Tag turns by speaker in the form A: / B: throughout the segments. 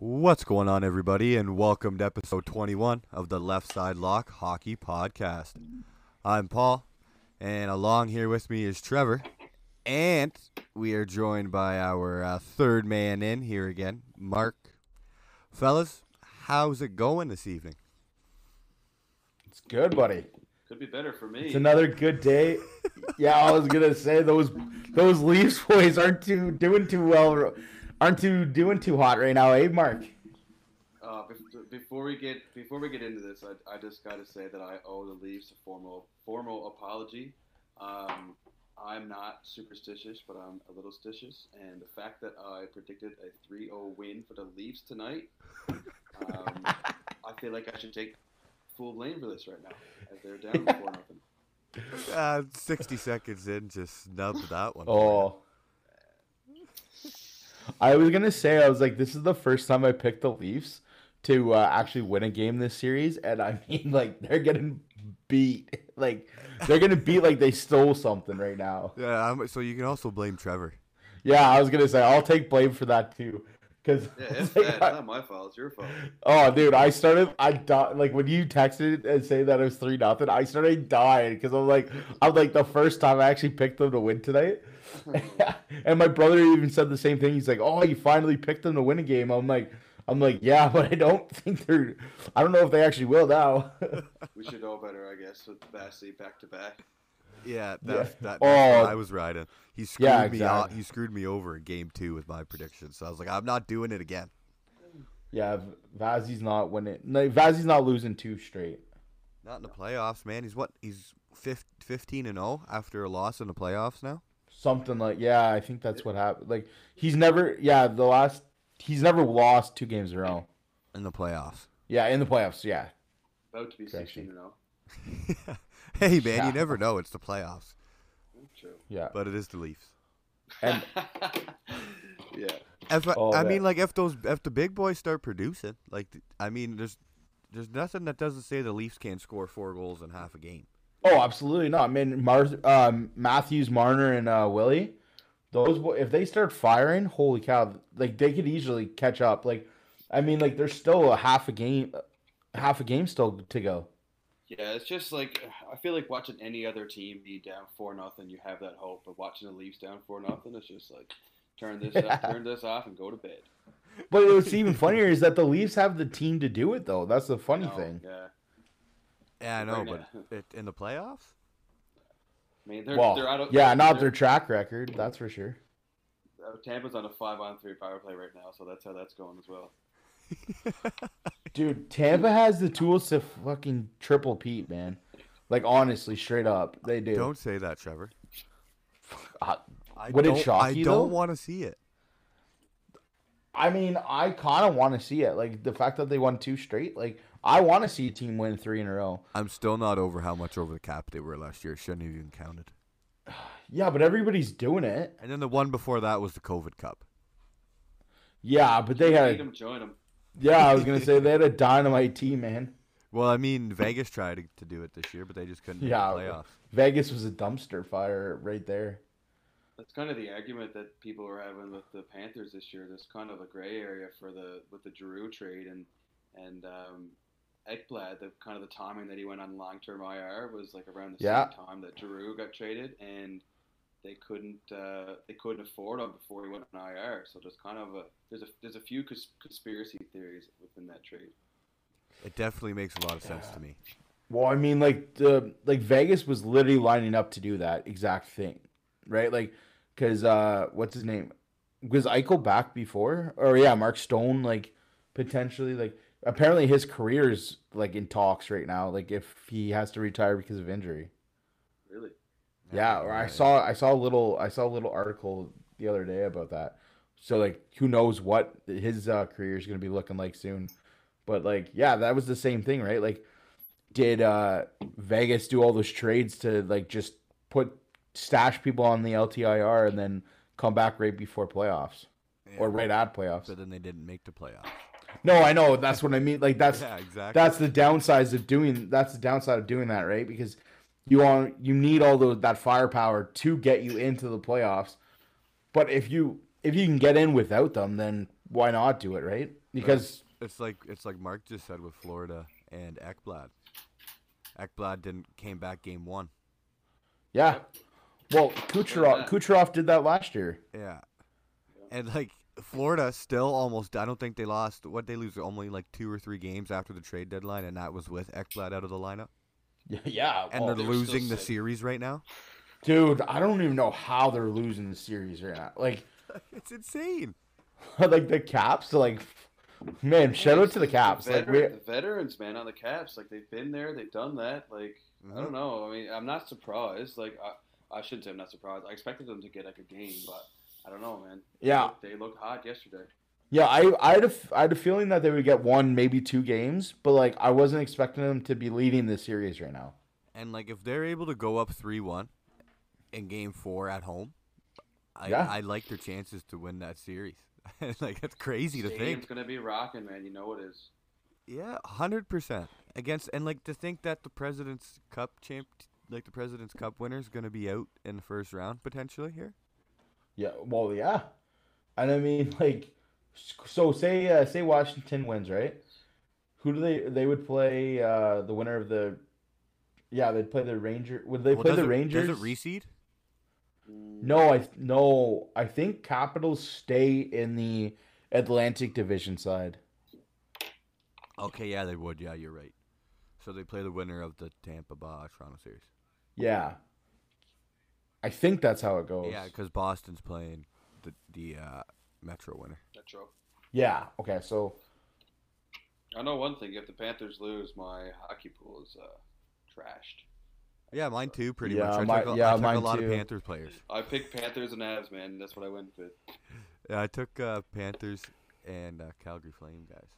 A: What's going on, everybody, and welcome to episode 21 of the Left Side Lock Hockey Podcast. I'm Paul, and along here with me is Trevor, and we are joined by our uh, third man in here again, Mark. Fellas, how's it going this evening?
B: It's good, buddy.
C: Could be better for me.
B: It's another good day. yeah, I was gonna say those those Leafs boys aren't too doing too well, aren't too doing too hot right now, eh, Mark?
C: Uh, bef- before we get before we get into this, I, I just got to say that I owe the Leafs a formal formal apology. Um, I'm not superstitious, but I'm a little stitious, and the fact that I predicted a 3-0 win for the Leafs tonight, um, I feel like I should take full blame for this right now, as they're down four nothing.
A: Uh, 60 seconds in, just snubbed that one.
B: Oh. I was gonna say I was like, this is the first time I picked the Leafs to uh, actually win a game this series, and I mean, like, they're getting beat. Like, they're gonna beat like they stole something right now.
A: Yeah, I'm, so you can also blame Trevor.
B: Yeah, I was gonna say I'll take blame for that too, because
C: Yeah, it's, bad. it's not my fault. It's your fault.
B: Oh, dude, I started. I di- like when you texted and saying that it was three nothing. I started dying because I'm like, I'm like the first time I actually picked them to win tonight, and my brother even said the same thing. He's like, "Oh, you finally picked them to win a game." I'm like, I'm like, yeah, but I don't think they're. I don't know if they actually will now.
C: We should know better, I guess, with Bassey back to back.
A: Yeah,
B: Yeah.
A: that's, That, that's what
B: Oh.
A: I was riding. He screwed
B: Yeah,
A: me out.
B: exactly.
A: He screwed me over in game two with my prediction. So I was like, I'm not doing it again.
B: yeah, V- Vazzy's not winning. No, Vazzy's not losing two straight.
A: Not in the playoffs, man. He's what? He's fif- 15 and 0 after a loss in the playoffs now.
B: Something like yeah, I think that's what happened. Like he's never. Yeah, the last he's never lost two games in a row.
A: In the playoffs.
B: Yeah, in the playoffs. Yeah.
C: About to be sixteen and oh. zero.
A: hey, man,
B: Yeah.
A: you never know. It's the playoffs,
C: True.
B: Yeah.
A: but it is the Leafs.
B: And-
C: yeah.
A: If I,
B: Oh,
A: I
B: man.
A: mean, like if those if the big boys start producing, like th- I mean, there's there's nothing that doesn't say the Leafs can't score four goals in half a game.
B: Oh, absolutely not. I mean, Mar- um, Matthews, Marner, and uh, Willie, those bo- if they start firing, holy cow! Like they could easily catch up. Like, I mean, like there's still a half a game, half a game still to go.
C: Yeah, it's just like I feel like watching any other team be down four nothing, you have that hope. But watching the Leafs down four nothing, it's just like turn this off, turn this off and go to bed.
B: But what's even funnier is that the Leafs have the team to do it, though. That's the funny
C: No,
B: thing.
C: Yeah,
A: Yeah, I know,
C: Right
A: but it, in the playoffs,
C: I mean they're
B: well,
C: they're out of
B: yeah, not their
C: they're-
B: track record, that's for sure.
C: uh, Tampa's on a five on three power play right now, so that's how that's going as well.
B: Dude, Tampa has the tools to fucking triple Pete, man. Like honestly, straight up, they do.
A: don't say that, Trevor.
B: Uh,
A: I
B: Would it
A: don't,
B: shock
A: I
B: you,
A: don't
B: though?
A: want to see it.
B: I mean, I kind of want to see it. Like the fact that they won two straight. Like I want to see a team win three in a row.
A: I'm still not over how much over the cap they were last year. It Shouldn't have even counted.
B: Yeah, but everybody's doing it.
A: And then the one before that was the COVID Cup.
B: Yeah, but they had.
C: Beat
B: A,
C: 'em, join 'em.
B: yeah, I was gonna say they had a dynamite team, man.
A: Well, I mean, Vegas tried to, to do it this year, but they just couldn't
B: Yeah,
A: do the playoffs.
B: Vegas was a dumpster fire right there.
C: That's kind of the argument that people are having with the Panthers this year. There's kind of a gray area for the with the Giroux trade and and um, Ekblad. The kind of the timing that he went on long term IR was like around the
B: Yeah.
C: same time that Giroux got traded, and they couldn't uh, they couldn't afford him before he went on IR. So there's kind of a there's a there's a few cons- conspiracy theories within that trade.
A: It definitely makes a lot of sense to me.
B: Well, I mean, like the like Vegas was literally lining up to do that exact thing, right? Like, because uh, what's his name? Was Eichel back before? Or yeah, Mark Stone, like potentially, like apparently his career is like in talks right now. Like if he has to retire because of injury.
C: Really,
B: Yeah, or I saw I saw a little I saw a little article the other day about that. So like who knows what his uh, career is going to be looking like soon. But like yeah, that was the same thing, right? Like did uh Vegas do all those trades to like just put stash people on the LTIR and then come back right before playoffs or right at playoffs?
A: But then they didn't make the playoffs.
B: No, I know, that's what I mean. Like that's
A: Yeah, exactly.
B: that's the downsides of doing that's the downside of doing that, right? Because You want you need all those that firepower to get you into the playoffs. But if you if you can get in without them, then why not do it, right? Because
A: It's like it's like Mark just said with Florida and Ekblad. Ekblad didn't came back game one.
B: yeah. Well, Kucherov Kucherov did that last year.
A: Yeah. And like Florida still almost I don't think they lost what they lose only like two or three games after the trade deadline and that was with Ekblad out of the lineup.
B: Yeah,
A: And
B: well,
A: they're
C: Uh, they were still
A: losing the
C: sick.
A: series right now.
B: dude, I don't even know how they're losing the series right now. Like
A: It's insane.
B: like the Caps, like man, shout out to the
C: It's
B: Caps.
C: The,
B: Like
C: veteran-
B: we
C: the veterans, man, on the Caps. Like they've been there, they've done that. Like I don't know. I mean, I'm not surprised. Like I, I shouldn't say I'm not surprised. I expected them to get like a game, but I don't know, man.
B: yeah,
C: They looked hot yesterday.
B: Yeah, I, I had a, f- I had a feeling that they would get one, maybe two games, but like I wasn't expecting them to be leading the series right now.
A: And like if they're able to go up three one in game four at home, I
B: Yeah.
A: I like their chances to win that series. like that's crazy to think.
C: Stadium's gonna be rocking, man. You know it is.
A: Yeah, hundred percent against, and like to think that the President's Cup champ, like the President's Cup winner, is gonna be out in the first round potentially here.
B: Yeah, well, yeah, and I mean like, s- so say uh, say Washington wins, right? Who do they they would play? Uh, the winner of the, yeah, they'd play the Ranger. Would they
A: Well,
B: play
A: does
B: the
A: it-
B: Rangers?
A: Does it reseed?
C: Mm,
B: No, I no, I think Capitals stay in the Atlantic Division side.
A: Okay, yeah, they would. Yeah, you're right. So they play the winner of the Tampa Bay Toronto series.
B: Yeah, I think that's how it goes.
A: Yeah, because Boston's playing the the uh, Metro winner.
C: Metro.
B: Yeah. Okay. So
C: I know one thing. If the Panthers lose, my hockey pool is uh, trashed.
A: Yeah, mine too, pretty
B: Yeah,
A: much. I
B: my-
A: took, a- I
B: yeah,
A: took a
B: mine
A: lot
B: too.
A: of Panthers players.
C: I picked Panthers and Avs, man. That's what I went with.
A: Yeah, I took uh, Panthers and uh, Calgary Flame guys.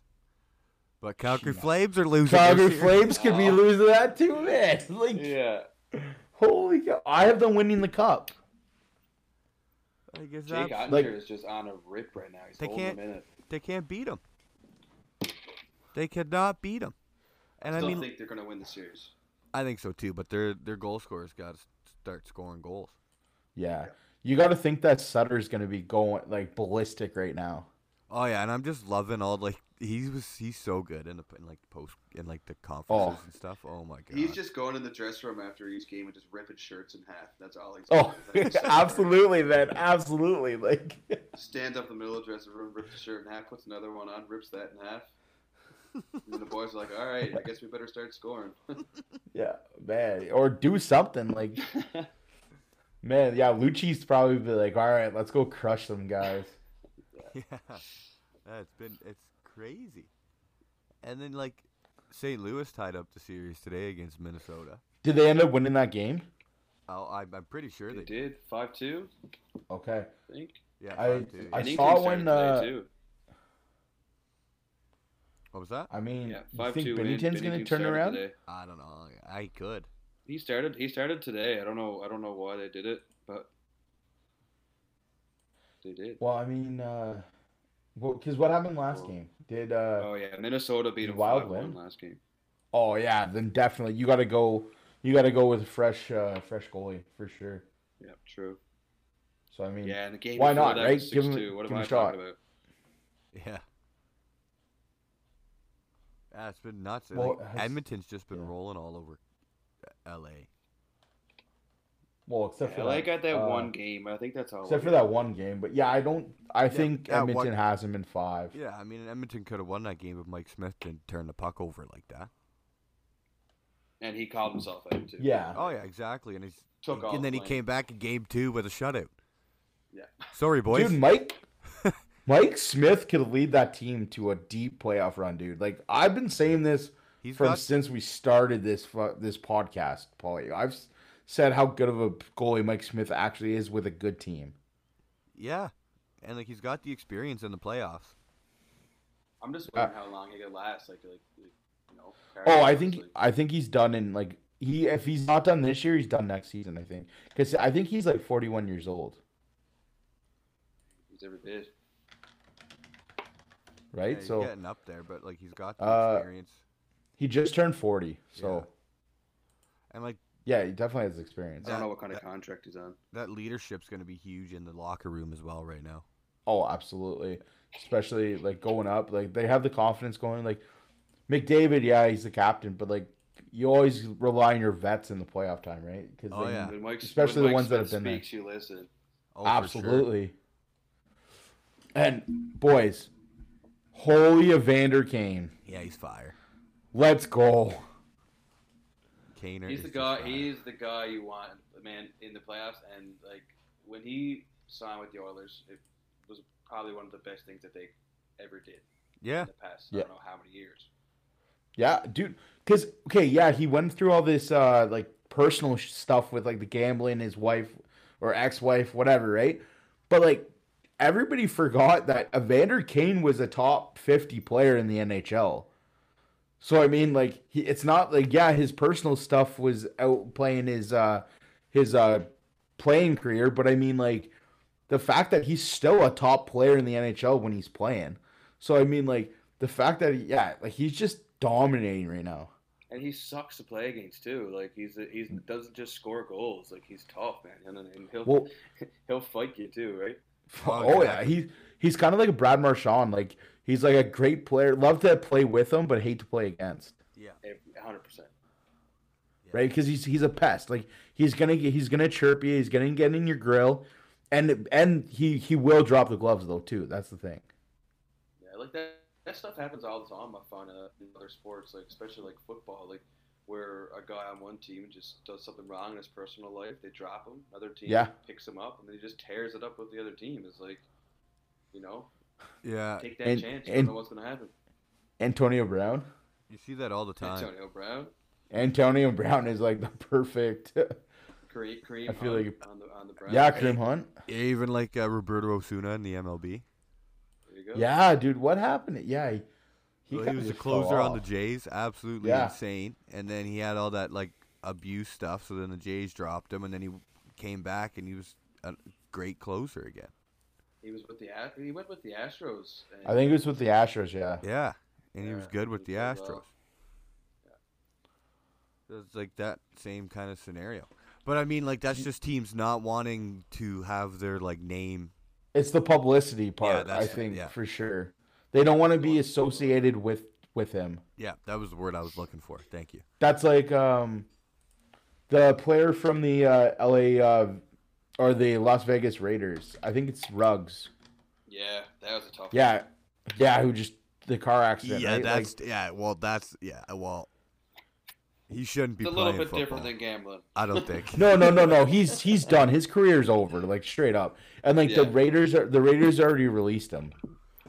A: But Calgary
B: Yeah.
A: Flames are losing. their
B: Calgary
A: series.
B: Flames could be
C: Oh.
B: losing that too, man. Like,
C: Yeah.
B: holy cow! I have them winning the cup.
A: I guess
C: Jake
A: that's-
C: Ottinger
B: like-
C: is just on a rip right now. He's
A: They
C: holding
A: can't-
C: a minute.
A: They can't beat them. They cannot beat them. And I
C: Still
A: mean,
C: think they're gonna win the series.
A: I think so too. But their their goal scorers got to start scoring goals.
B: Yeah, you got to think that Sutter's gonna be going like ballistic right now.
A: Oh yeah, and I'm just loving all like he was he's so good in the in like post in like the conferences
B: Oh.
A: and stuff. Oh my god.
C: He's just going in the dress room after each game and just ripping shirts in half. That's all he's
B: Oh,
C: doing.
B: absolutely, man, absolutely. Like,
C: Stands up in the middle of the dressing room, rips the shirt in half, puts another one on, rips that in half. and then the boys are like, all right, I guess we better start scoring.
B: yeah, man, or do something. Like,
C: yeah,
B: man, yeah, Lucci's probably be like, all right, let's go crush them guys.
A: yeah, it's been it's crazy. And then like St. Louis tied up the series today against Minnesota.
B: Did they end up winning that game?
A: Oh, I'm, I'm pretty sure
C: they
A: they did.
C: did. 5 2,
B: Okay,
C: I think.
A: Yeah,
B: I-
A: five two,
B: I
A: yeah.
C: And England
B: saw
C: started
B: when,
C: today,
B: uh,
C: too.
A: what was that?
B: I mean,
C: Yeah,
B: you
C: 5
B: think
C: 2. win.
B: Bennington's gonna
C: Bennington
B: turn
C: started
B: around?
C: Today.
A: I don't know. I could.
C: He started. He started today. I don't know. I don't know why they did it, but they did.
B: Well, I mean, uh, because what happened last
C: Well-
B: game? Did uh,
C: Oh yeah, Minnesota beat
B: Did
C: him
B: Wild
C: five
B: win?
C: one last game.
B: Oh yeah, then definitely you got to go. You got to go with a fresh, uh, fresh goalie for sure.
C: Yep, true.
B: So I mean,
C: Yeah, and the game.
B: why
C: before
B: not,
C: that
B: right?
C: was
B: Give him-
C: 6-2. What
B: give
C: am
B: him
C: I
B: a shot.
C: talking about?
A: Yeah. Yeah, it's been nuts.
B: Well,
A: like,
B: has-
A: Edmonton's just been
B: yeah.
A: rolling all over L.A.
B: well, except for
C: Yeah, I
B: that,
C: got that
B: uh,
C: one game. I think that's all.
B: Except
C: it
B: for
C: is.
B: that one game, but yeah, I don't. I think
A: that one-
B: Edmonton has him in five.
A: Yeah, I mean Edmonton could have won that game if Mike Smith didn't turn the puck over like that.
C: And he called himself out too.
B: Yeah.
A: Oh yeah, exactly. And he's
C: Took off.
A: and then he
C: blame.
A: came back in game two with a shutout.
C: Yeah.
A: Sorry, Oh, boys.
B: Dude, Mike, Mike Smith could lead that team to a deep playoff run, dude. Like I've been saying this
A: he's
B: from
A: got
B: since we started this fu- this podcast, Paulie. I've s- said how good of a goalie Mike Smith actually is with a good team.
A: yeah, and like he's got the experience in the playoffs.
C: I'm just wondering how long he could last. Like, like, like, you know.
B: Oh,
C: carry
B: I
C: on,
B: think
C: like-
B: I think he's done in like he if he's not done this year, he's done next season. I think because I think he's like forty one years old,
C: he's ever did.
A: Yeah,
B: right?
A: he's
B: so
A: getting up there, but like he's got the
B: Uh,
A: experience.
B: he just turned forty. So
A: And like
B: yeah, Yeah, he definitely has experience.
C: I don't
A: That-
C: know what kind of
A: that-
C: contract he's on.
A: That leadership's going to be huge in the locker room as well right now.
B: Oh, absolutely. Especially like going up, like they have the confidence going. Like McDavid, yeah, he's the captain, but like you always rely on your vets in the playoff time, right? Because
A: Oh, yeah.
C: When Mike,
B: Especially the
C: when Mike
B: ones that
C: Smith
B: have been there.
C: speaks, you listen.
A: Oh, for sure.
B: absolutely. And boys, holy Evander Kane,
A: Yeah, he's fire.
B: let's go.
A: Kaner.
C: He's
A: is
C: the
A: just
C: guy.
A: fire.
C: He's the guy you want, man, in the playoffs. And like when he signed with the Oilers, it was probably one of the best things that they ever did
A: Yeah.
C: in the past. I
B: Yeah.
C: don't know how many years.
B: Yeah, dude. Because okay, yeah, he went through all this uh like personal sh- stuff with like the gambling, his wife or ex-wife, whatever, right? But like everybody forgot that Evander Kane was a top fifty player in the NHL. So I mean, like, he, it's not like yeah, his personal stuff was out playing his uh his uh playing career, but I mean like the fact that he's still a top player in the NHL when he's playing. So I mean like the fact that yeah, like he's just dominating right now.
C: And he sucks to play against too. Like he's he's
B: Mm.
C: doesn't just score goals. Like he's tough, man, and, and he'll
B: Well,
C: he'll fight you too, right?
A: Oh,
B: oh yeah,
A: exactly.
B: he he's kind of like a Brad Marchand. Like he's like a great player. Love to play with him, but hate to play against.
A: Yeah.
C: hundred percent.
B: Right? Because he's he's a pest. Like he's gonna get- he's gonna chirp you. He's gonna get in your grill, and and he he will drop the gloves though too. That's the thing.
C: Yeah, like that. That stuff happens all the time. I find uh, in other sports, like especially like football, like where a guy on one team just does something wrong in his personal life, they drop him. Another team
B: Yeah.
C: picks him up, and then he just tears it up with the other team. It's like, you know,
A: Yeah.
C: take that
B: Uh, And-
C: chance. You don't
B: and-
C: know what's gonna happen.
B: Antonio Brown.
A: You see that all the time.
C: Antonio Brown,
B: Antonio Brown is like the perfect.
C: Kareem, Kareem
B: I feel
C: Hunt
B: like-
C: on the on the Browns.
B: yeah, Kareem Hunt.
A: Even like uh, Roberto Osuna in the MLB.
C: There you go.
B: Yeah, dude, what happened? Yeah, he,
A: Well, he
B: kinda
A: was a
B: just fell
A: closer on the
B: off.
A: Jays, absolutely
B: Yeah.
A: insane. And then he had all that like abuse stuff. So then the Jays dropped him, and then he came back, and he was a great closer again.
C: He was with the A- he went with the Astros. And
B: I think it was with the Astros. Yeah.
A: Yeah, and he was
C: Yeah,
A: good with the
C: he
A: Astros.
C: did well.
A: So It's like that same kind of scenario. But I mean, like that's just teams not wanting to have their like name.
B: it's the publicity part i
A: that's it,
B: think
A: yeah.
B: for sure they don't want to be associated with with him
A: Yeah, that was the word I was looking for. Thank you.
B: that's like um the player from the uh, la uh, or the las vegas raiders i think it's ruggs
C: yeah, that was a tough.
B: yeah yeah who just the car accident
A: yeah,
B: right? Like,
A: that's yeah. Well, that's yeah. Well, he shouldn't be
C: It's a
A: playing
C: little bit
A: football.
C: different than gambling.
A: I don't think.
B: no no no no he's he's done his career's over like straight up and like the
C: Yeah.
B: raiders are the raiders already released him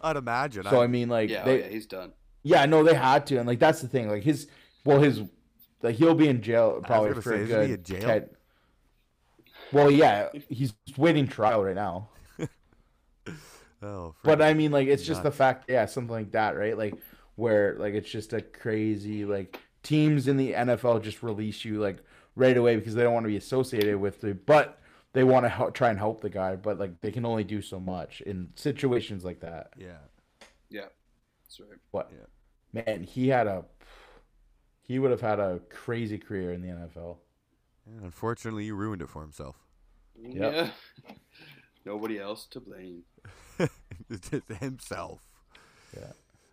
A: I'd imagine.
B: so
A: I-
B: i mean like
C: yeah,
B: they,
C: oh, yeah, he's done.
B: Yeah, no, they had to, and like that's the thing. Like his, well, his, like he'll be in jail probably
A: gonna
B: for
A: say,
B: a
A: isn't
B: good
A: he in jail?
B: 10 Well, yeah, he's waiting trial right now.
A: oh,
B: But
A: frick.
B: I mean, like, it's just the fact, yeah, something like that, right? Like, where like it's just a crazy like teams in the NFL just release you like right away because they don't want to be associated with the, but they want to help, try and help the guy, but like they can only do so much in situations like that.
A: yeah.
C: Yeah, that's right.
B: What
A: Yeah.
B: man, he had a he would have had a crazy career in the NFL.
A: Yeah, Unfortunately, he ruined it for himself.
C: Yeah. Nobody else to blame.
A: It's just himself.
B: Yeah.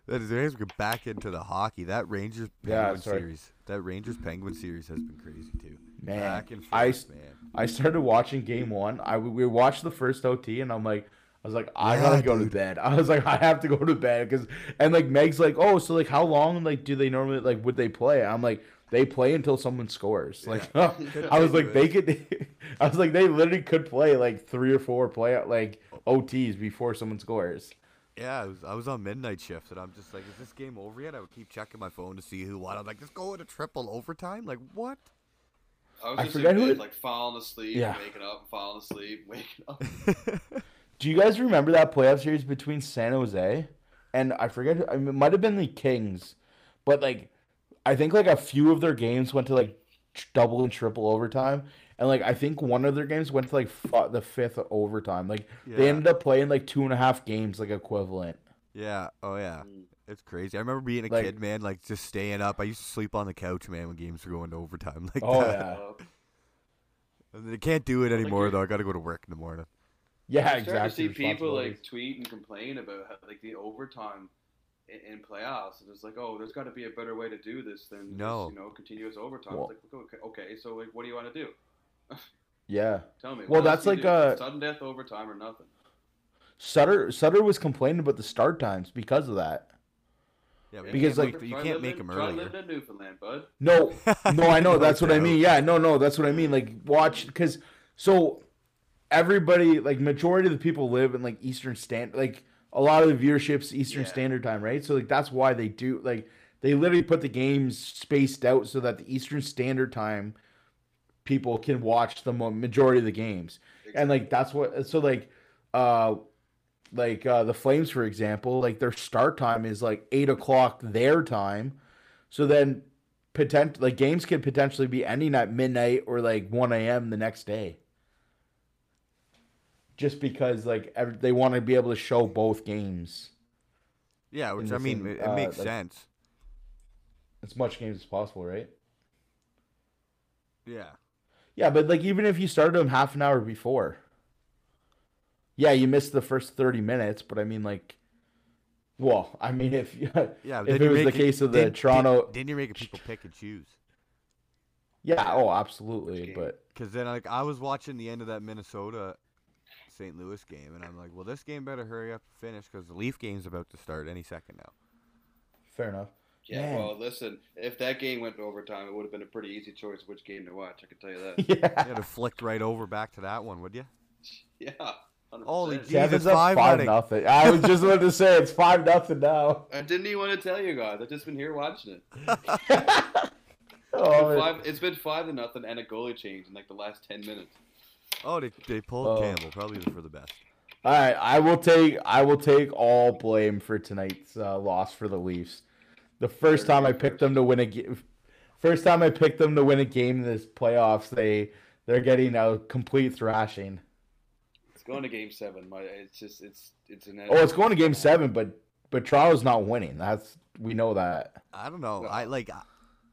A: That is, there's- we're back into the hockey. That Rangers
B: Yeah,
A: Penguin
B: sorry.
A: series. That Rangers Penguin series has been crazy too.
B: Man,
A: back and forth,
B: I s-
A: man.
B: I started watching game one. I we watched the first OT, and I'm like, I was like, I
A: Yeah,
B: gotta go
A: dude.
B: to bed. I was like, I have to go to bed because, and like Meg's like, oh, so like how long like do they normally like would they play? I'm like, they play until someone scores. Like I was like, they could, I was like, they literally could play like three or four play like OTs before someone scores.
A: Yeah, I was, I was on midnight shift, and I'm just like, is this game over yet? I would keep checking my phone to see who won. I'm like, let's go into triple overtime. Like what?
C: I was
B: I
C: just
B: forget
C: in
B: who
C: bed,
B: it-
C: like falling asleep,
B: Yeah.
C: waking up, falling asleep, waking up.
B: Do you guys remember that playoff series between San Jose and I forget? who- I mean, it might have been the Kings, but like I think like a few of their games went to like tr- double and triple overtime, and like I think one of their games went to like f- the fifth overtime. Like
A: Yeah.
B: they ended up playing like two and a half games, like equivalent.
A: Yeah. Oh yeah.
C: Mm.
A: It's crazy. I remember being a
B: Like-
A: kid, man. Like just staying up. I used to sleep on the couch, man, when games were going to overtime. Like
B: Oh
A: that.
B: yeah,
C: Up.
A: I can't do it anymore
C: you're-
A: though. I gotta go to work in the morning.
B: Yeah,
C: I'm starting
B: exactly.
C: To see people like
B: responsibilities.
C: tweet and complain about how, like the overtime in, in playoffs, and it's like, oh, there's got to be a better way to do this than
A: No.
C: just, you know continuous overtime.
B: Well-
C: it's like, okay, okay, so like, what do you want to do?
B: yeah.
C: Tell me.
B: Well,
C: what
B: that's
C: else do you
B: like,
C: do?
B: uh,
C: sudden death overtime or nothing.
B: Sutter Sutter was complaining about the start times because of that.
A: Yeah,
C: Yeah,
A: but
B: Because,
A: you
B: like-
A: can't make, you
C: try
A: can't
C: living-
A: make them
C: try
A: earlier.
C: living in Newfoundland, bud.
B: No, no, I know.
A: No
B: That's what I
A: doubt.
B: mean. Yeah, no, no, that's what I mean. Like, watch because so everybody, like, majority of the people live in like Eastern Standard, like a lot of the viewerships Eastern
C: Yeah.
B: Standard Time, right? So like that's why they do like they literally put the games spaced out so that the Eastern Standard Time people can watch the mo- majority of the games and like that's what so like uh like uh the flames for example like their start time is like eight o'clock their time so then potent like games could potentially be ending at midnight or like 1 a.m the next day just because like ev- they want to be able to show both games
A: Yeah, which
B: the
A: I mean,
B: same,
A: it,
B: uh,
A: it makes
B: like-
A: sense.
B: as much games as possible right
A: Yeah,
B: yeah but like even if you started them half an hour before yeah you missed the first 30 minutes but i mean like well i mean if
A: yeah.
B: if
A: then
B: it
A: you
B: was the
A: make
B: case of the
A: then- then-
B: Toronto-
A: then you're making people pick and choose.
B: Yeah, oh, absolutely.
C: game?
B: But
A: Because then, like, I was watching the end of that Minnesota St. Louis game, and I'm like, well, this game better hurry up and finish because the Leaf game's about to start any second now.
B: fair enough.
C: Yeah,
B: Man.
C: well, listen, if that game went to overtime, it would have been a pretty easy choice which game to watch. I can tell you that.
A: You
B: Yeah.
A: would have flicked right over back to that one, would you?
C: yeah. 100%.
A: Holy Jesus,
B: Kevin's up
A: five
B: five,
A: nothing.
B: nothing. I was just about to say it's five nothing now.
C: I didn't even want to tell you guys. I've just been here watching it.
B: Oh, man.
C: Five, it's been five to nothing and a goalie change in like the last ten minutes.
A: Oh, they, they pulled
B: Oh.
A: Campbell, probably for the best.
B: all right, I will take I will take all blame for tonight's uh, loss for the Leafs. The first time I picked them to win a game, first time I picked them to win a game in this playoffs, they they're getting a complete thrashing.
C: It's going to game seven. My, it's just, it's, it's an.
B: Oh, it's going to game seven, but but Toronto's not winning. That's we know that.
A: I don't know.
C: No.
A: I like I-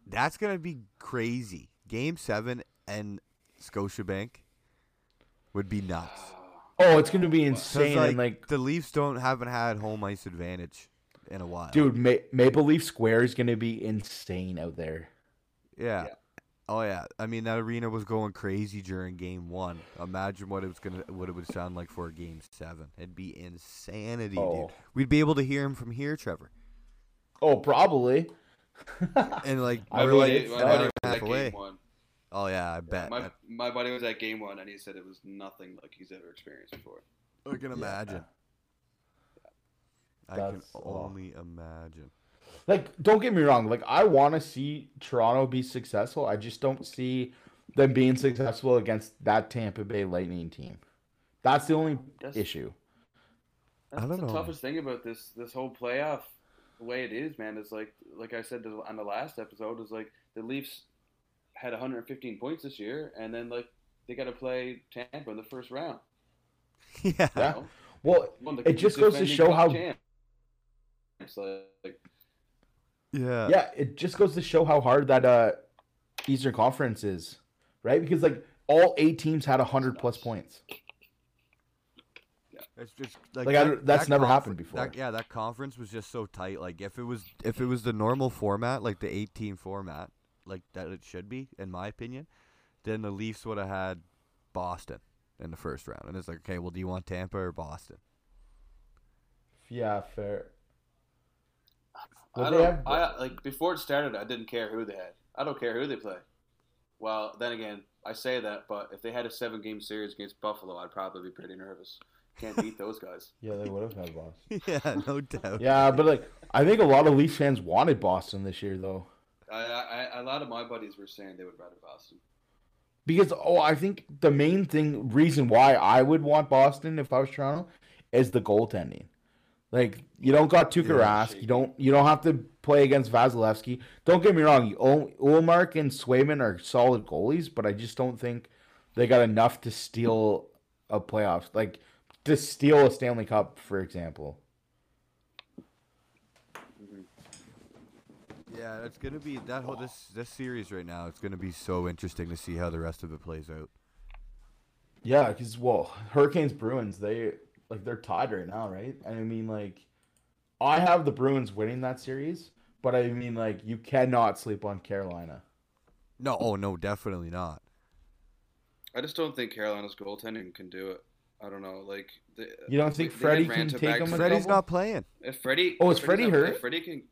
A: that's gonna be crazy. Game seven and Scotiabank would be nuts.
C: Ah.
B: Oh, it's going to be
A: Because,
B: insane.
A: like,
B: and like
A: the Leafs don't haven't had home ice advantage in a while,
B: Dude, Ma- Maple Leaf Square is going to be insane out there.
A: Yeah.
C: Yeah.
A: Oh yeah. I mean that arena was going crazy during game one. Imagine what it was gonna what it would sound like for a game seven. It'd be insanity,
B: Oh.
A: dude. We'd be able to hear him from here, Trevor.
B: Oh, probably.
A: And like
B: I
A: we're
B: mean,
A: like
B: it's
A: an
C: my
A: hour and
C: buddy was
A: a half
C: at
A: away.
C: game one.
A: Oh yeah, I bet.
C: My, my buddy was at game one, and he said it was nothing like he's ever experienced before.
A: I, I can imagine. I can
B: That's- oh.
A: only imagine.
B: Like, don't get me wrong. Like, I want to see Toronto be successful. I just don't see them being successful against that Tampa Bay Lightning team. That's the only
C: That's-
B: issue.
A: I
C: That's
A: don't
C: the
A: know.
C: toughest thing about this this whole playoff, the way it is, man, is like like I said on the last episode, is like the Leafs had 115 points this year, and then like they got to play Tampa in the first round.
A: yeah.
C: you
B: Yeah.
C: know?
B: Well,
C: Won the
B: It just goes to
C: defending
B: show
C: cup
B: how-
C: champ. It's like
A: Yeah.
B: yeah, it just goes to show how hard that uh Eastern Conference is, right? Because like all eight teams had hundred plus points.
A: It's just like,
B: Like, I don't- that's never
A: confer-
B: happened before.
A: that- yeah, that conference was just so tight. Like if it was if it was the normal format, like the 18 format, like that it should be, in my opinion, then the Leafs would have had Boston in the first round, and it's like, okay, well, do you want Tampa or Boston?
B: Yeah, fair.
C: I
B: Well, they
C: don't.
B: have-
C: I like before it started, I didn't care who they had. I don't care who they play. Well, then again, I say that, but if they had a seven game series against Buffalo, I'd probably be pretty nervous. Can't beat those guys.
B: Yeah, they would have had lost.
A: yeah, no doubt.
B: Yeah, but like I think a lot of Leafs fans wanted Boston this year though.
C: I, I, I, a lot of my buddies were saying they would rather Boston.
B: Because oh, I think the main thing reason why I would want Boston if I was Toronto is the goaltending. Like you don't got Tuukka
A: Yeah,
B: Rask, you don't you don't have to play against Vasilevsky. Don't get me wrong, Ul- Ulmark and Swayman are solid goalies, but I just don't think they got enough to steal a playoffs, like to steal a Stanley Cup, for example.
A: Yeah, it's gonna be that whole this this series right now. It's gonna be so interesting to see how the rest of it plays out.
B: Yeah, because well, Hurricanes Bruins they like they're tied right now, right? And I mean like, I have the Bruins winning that series, but I mean like you cannot sleep on Carolina.
A: No, oh no, definitely not.
C: I just don't think Carolina's goaltending can do it. I don't know. Like the,
B: You don't think
C: they- they
B: Freddie
C: ran
B: can
C: to
B: take
C: back-
B: him? a
A: Freddie's
B: double?
A: not playing.
C: if Freddie?
B: Oh,
C: if
B: is
C: Freddie's
B: Freddie
C: not-
B: hurt?
C: If Freddie can,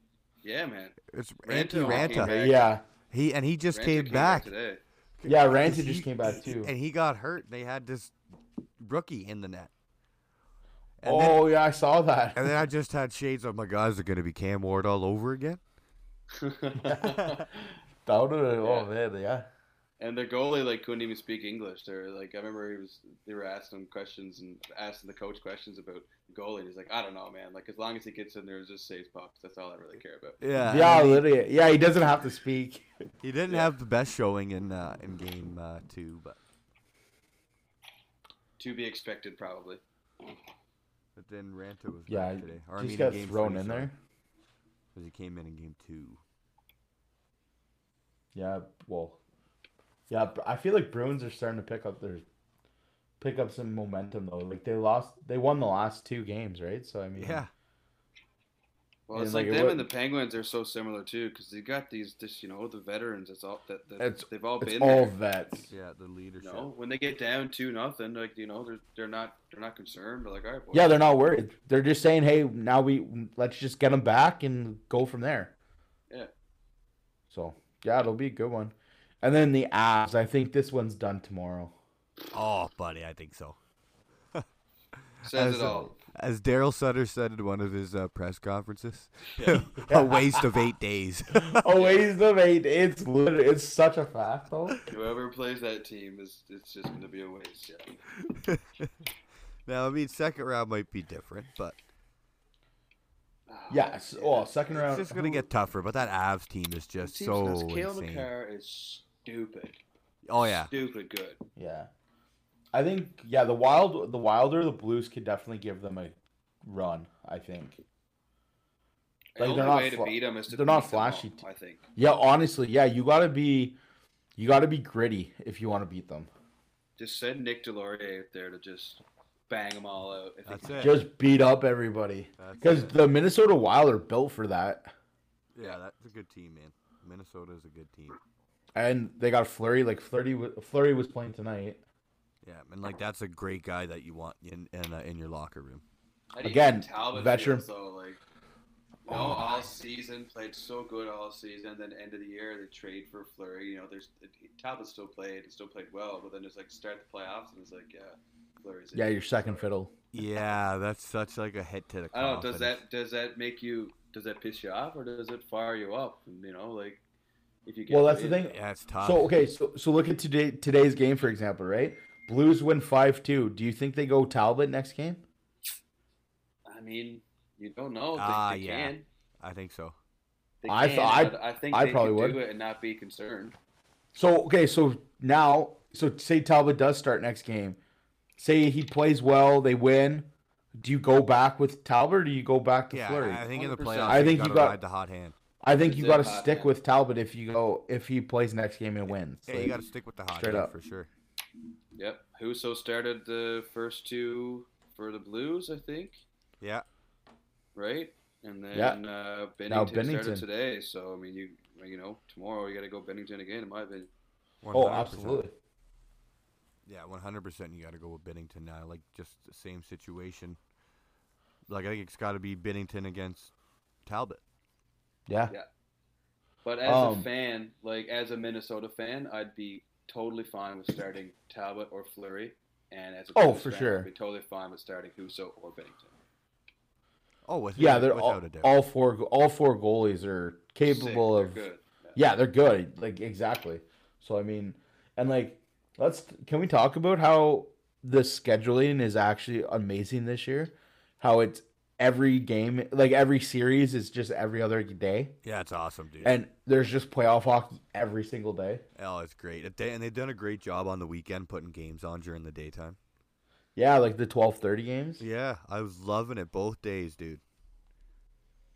C: yeah, man.
A: It's Antti
C: Ranta hockey,
A: Ranta.
C: man.
B: Yeah,
A: He and he just
C: Ranta
A: came, back.
C: today.
B: yeah. Ranta
A: He-
B: just came back too.
A: and he got hurt. They had this rookie in the net. And then,
B: Oh yeah, I saw that.
A: and then I just had shades of my guys are going to be Cam Ward all over again.
B: That would have oh
C: Yeah.
B: man, yeah.
C: and their goalie like couldn't even speak English. They're like, I remember he was. They were asking him questions and asking the coach questions about the goalie. And he's like, I don't know, man. Like as long as he gets in there and just saves pucks, that's all I really care about.
A: Yeah.
B: Yeah,
A: Uh, and
B: literally. Yeah, he doesn't have to speak.
A: He, he didn't
C: Yeah.
A: have the best showing in uh, in game uh, two, but
C: To be expected, probably.
A: but then Ranta was
B: Yeah,
A: back today. Or I mean,
B: just
A: in
B: got
A: game
B: thrown
A: three,
B: in
A: sorry,
B: there.
A: 'cause he came in in game two.
B: Yeah, well, yeah. Br- I feel like Bruins are starting to pick up their pick up some momentum though. Like they lost, they won the last two games, right? So I mean,
A: Yeah.
C: Well,
B: And,
C: it's
B: like,
C: like,
B: it
C: them
B: wa-
C: and the Penguins are so similar too, because they got these, just you know, the veterans. It's all that, that
B: It's-
C: they've all
B: it's
C: been
B: all
C: there.
B: vets.
A: Yeah, the leadership.
C: You know, when they get down to nothing, like you know, they're they're not they're not concerned. They're like, all right, boys.
B: Yeah, they're not worried. They're just saying, "Hey, now we let's just get them back and go from there."
C: Yeah.
B: So yeah, it'll be a good one. And then the Avs. I think this one's done tomorrow.
A: Oh, buddy, I think so. as,
C: says it all.
A: As Daryl Sutter said in one of his uh, press conferences, a waste of eight days.
B: oh, waste of eight. It's lit- it's such a fact though.
C: Whoever plays that team is it's just going to be a waste. Yeah.
A: now, I mean, second round might be different, but
C: Ah,
B: Yes. Oh, second
A: it's
B: round.
A: just gonna
B: who-
A: get tougher. But that Avs team is
C: The
A: just
C: team's
A: so
C: nuts. Kale
A: insane.
C: McCarr is stupid.
A: Oh yeah,
C: stupid good.
B: Yeah, I think yeah the wild the Wilder the Blues could definitely give them a run. I think.
C: the
B: Like,
C: only
B: they're not
C: way to
B: fla-
C: beat them is to
B: they're
C: beat
B: not
C: them
B: flashy
C: all,
B: t-
C: I think.
B: Yeah, honestly, yeah, you gotta be, you gotta be gritty if you want to beat them.
C: Just send Nick Delorier out there to just bang them all out. If he
A: that's
C: can.
A: it.
B: Just beat up everybody
A: That's
B: because
A: it.
B: the Minnesota Wild are built for that,
A: yeah, that's a good team, man. Minnesota is a good team.
B: and they got Flurry. Like Flurry, wa- Flurry was playing tonight
A: Yeah, and like that's a great guy that you want in in, uh, in your locker room.
C: How do you
B: Again,
C: think Talbot
B: veteran-
C: feels, though, like, you
A: Oh,
C: know, all season played so good all season. Then end of the year, they trade for Flurry. You know, there's Talbot still played, and still played well, but then just like start the playoffs, and it's like, yeah, Flurry's. in.
B: Yeah, your second fiddle.
A: Yeah, that's such like a hit to the.
B: Oh,
C: I don't know. Oh, Does
A: confidence.
C: that does that make you? Does that piss you off, or does it fire you up? You know, like if you get.
B: Well, that's the
C: beat-
B: thing.
A: Yeah, it's tough.
B: So okay, so so look at today today's game for example, right? Blues win five two. Do you think they go Talbot next game?
C: I mean, you don't know. They,
A: Ah,
C: they
A: yeah.
C: can.
A: I think so.
C: They
B: I
C: can,
B: th- I-
C: but I think
B: I
C: they
B: probably
C: can
B: would.
C: do it and not be concerned.
B: So okay, so now so say Talbot does start next game. Say he plays well, they win. Do you go back with Talbot or do you go back to
A: Yeah,
B: Fleury?
A: I think in the
C: 100%.
A: playoffs,
B: I think
A: you
B: you
A: gotta
B: got-
A: ride the hot hand.
B: I think you
C: Is it
B: got to
C: hot
B: stick
C: hand?
B: with Talbot if you go if he plays next game and wins.
A: Yeah, you
B: Like,
A: got to stick with the hot
B: straight
A: hand
B: up.
A: for sure.
C: Yep. Huso started the first two for the Blues, I think,
A: Yeah,
C: right? And then
B: Yeah.
C: uh, Bennington,
B: Now Bennington.
C: started today. So I mean, you you know, tomorrow you got to go Bennington again, in my opinion.
B: oh,
A: 100%.
B: absolutely.
A: Yeah, one hundred percent. You got to go with Bennington now. Like just the same situation. Like I think it's got to be Bennington against Talbot.
B: Yeah.
C: Yeah. But as
B: Um,
C: a fan, like as a Minnesota fan, I'd be totally fine with starting Talbot or Fleury. And as a
B: Oh,
C: Blues
B: for
C: fan,
B: sure.
C: I'd be totally fine with starting Huso or Bennington.
A: Oh, with
B: Yeah, they're
A: without
B: all,
A: a doubt.
B: all four all four goalies are capable
C: Sick,
B: of
C: they're good.
B: Yeah, they're good. Like exactly. So I mean, and like, let's can we talk about how the scheduling is actually amazing this year? How it's every game, like every series, is just every other day,
A: yeah, it's awesome, dude.
B: and there's just playoff hockey every single day.
A: oh, it's great. And they- And they've done a great job on the weekend putting games on during the daytime.
B: Yeah, like the twelve thirty games.
A: Yeah, I was loving it both days, dude.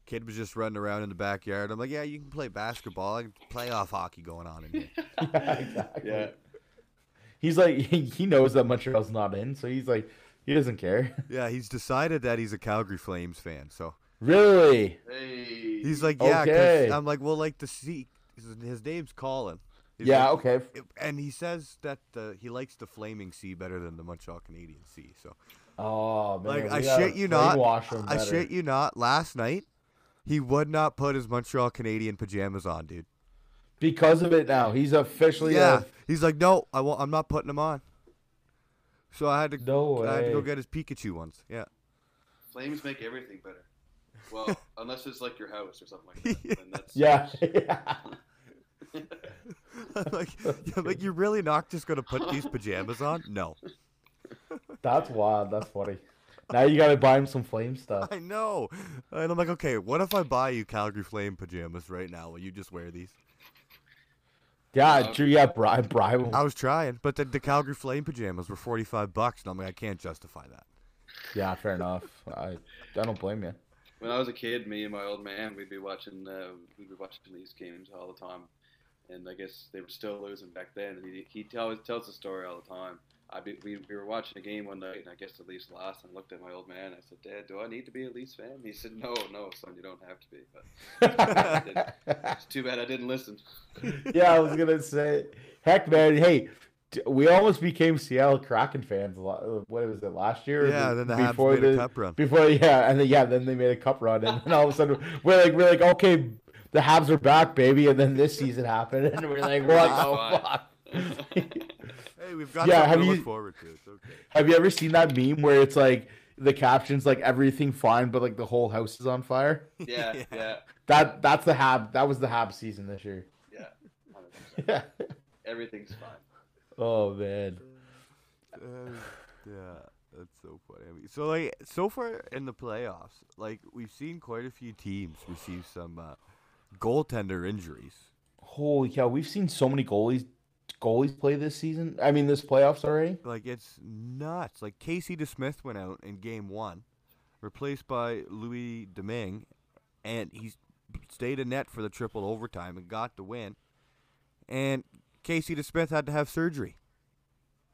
A: Kid was just running around in the backyard. I'm like, yeah, you can play basketball. I can- Playoff hockey going on in here.
B: Yeah, exactly.
C: Yeah.
B: He's like he knows that Montreal's not in, so he's like he doesn't care.
A: Yeah, he's decided that he's a Calgary Flames fan. So
B: Really?
C: Hey.
A: he's like, yeah. 'cause
B: Okay.
A: I'm like, well, like the C. His, his name's Colin. He's
B: yeah.
A: like-
B: Okay.
A: and he says that the, he likes the Flaming Sea better than the Montreal Canadian Sea. So
B: Oh man.
A: Like,
B: we
A: I
B: gotta
A: shit you not,
B: brainwash him
A: I
B: better.
A: shit you not. Last night, he would not put his Montreal Canadian pajamas on, dude.
B: because of it now. He's officially
A: Yeah,
B: a-
A: he's like, no, I won't, I'm not putting them on. So I had to,
B: no
A: I had to go
B: way.
A: get his Pikachu ones. Yeah,
C: Flames make everything better. Well, unless it's like your house or something like that. Then that's,
B: Yeah. yeah.
A: I'm like, I'm like you're really not just gonna put these pajamas on? No,
B: That's wild. That's funny. Now you gotta buy him some flame stuff.
A: I know. And I'm like, okay, what if I buy you Calgary Flame pajamas right now? Will you just wear these?
B: Yeah, Drew. Yeah, bribe, bribe him.
A: I was trying, but the, the Calgary Flame pajamas were 45 bucks, and I'm like, I can't justify that.
B: Yeah, fair enough. I, I don't blame you.
C: When I was a kid, me and my old man, we'd be watching, uh, we'd be watching these games all the time, and I guess they were still losing back then. And he he always tells the story all the time. I be, we, we were watching a game one night, and I guess the Leafs lost. And I looked at my old man. I said, "Dad, do I need to be a Leafs fan?" He said, "No, no, son, you don't have to be." But
B: yeah,
C: it's too bad I didn't listen.
B: I was gonna say, heck, man. Hey, d- we almost became Seattle Kraken fans. a lot- uh, What was it last year? or
A: Yeah,
B: the-
A: then the Habs made a cup run.
B: Before, yeah, and then yeah, then they made a cup run, and then all of a sudden we're like, we're like, okay, the Habs are back, baby. And then this season happened, and we're like, what the fuck?
A: Hey, we've got
B: Yeah,
A: something
B: have
A: to look
B: you-
A: forward to. It's okay.
B: Have you ever seen that meme where it's like the captions like everything fine, but like the whole house is on fire?
C: Yeah,
A: Yeah.
C: yeah, yeah.
B: That that's the Hab. That was the Hab season this year.
C: 100%.
B: Yeah.
C: Everything's fine.
B: Oh man.
A: Uh, yeah, that's so funny. I mean, so like so far in the playoffs, like we've seen quite a few teams receive some uh, goaltender injuries.
B: Holy cow! We've seen so many goalies goalies play this season. I mean, this playoffs already.
A: Like it's nuts. Like Casey DeSmith went out in game one, replaced by Louis Domingue, and he stayed in net for the triple overtime and got the win. And Casey DeSmith had to have surgery.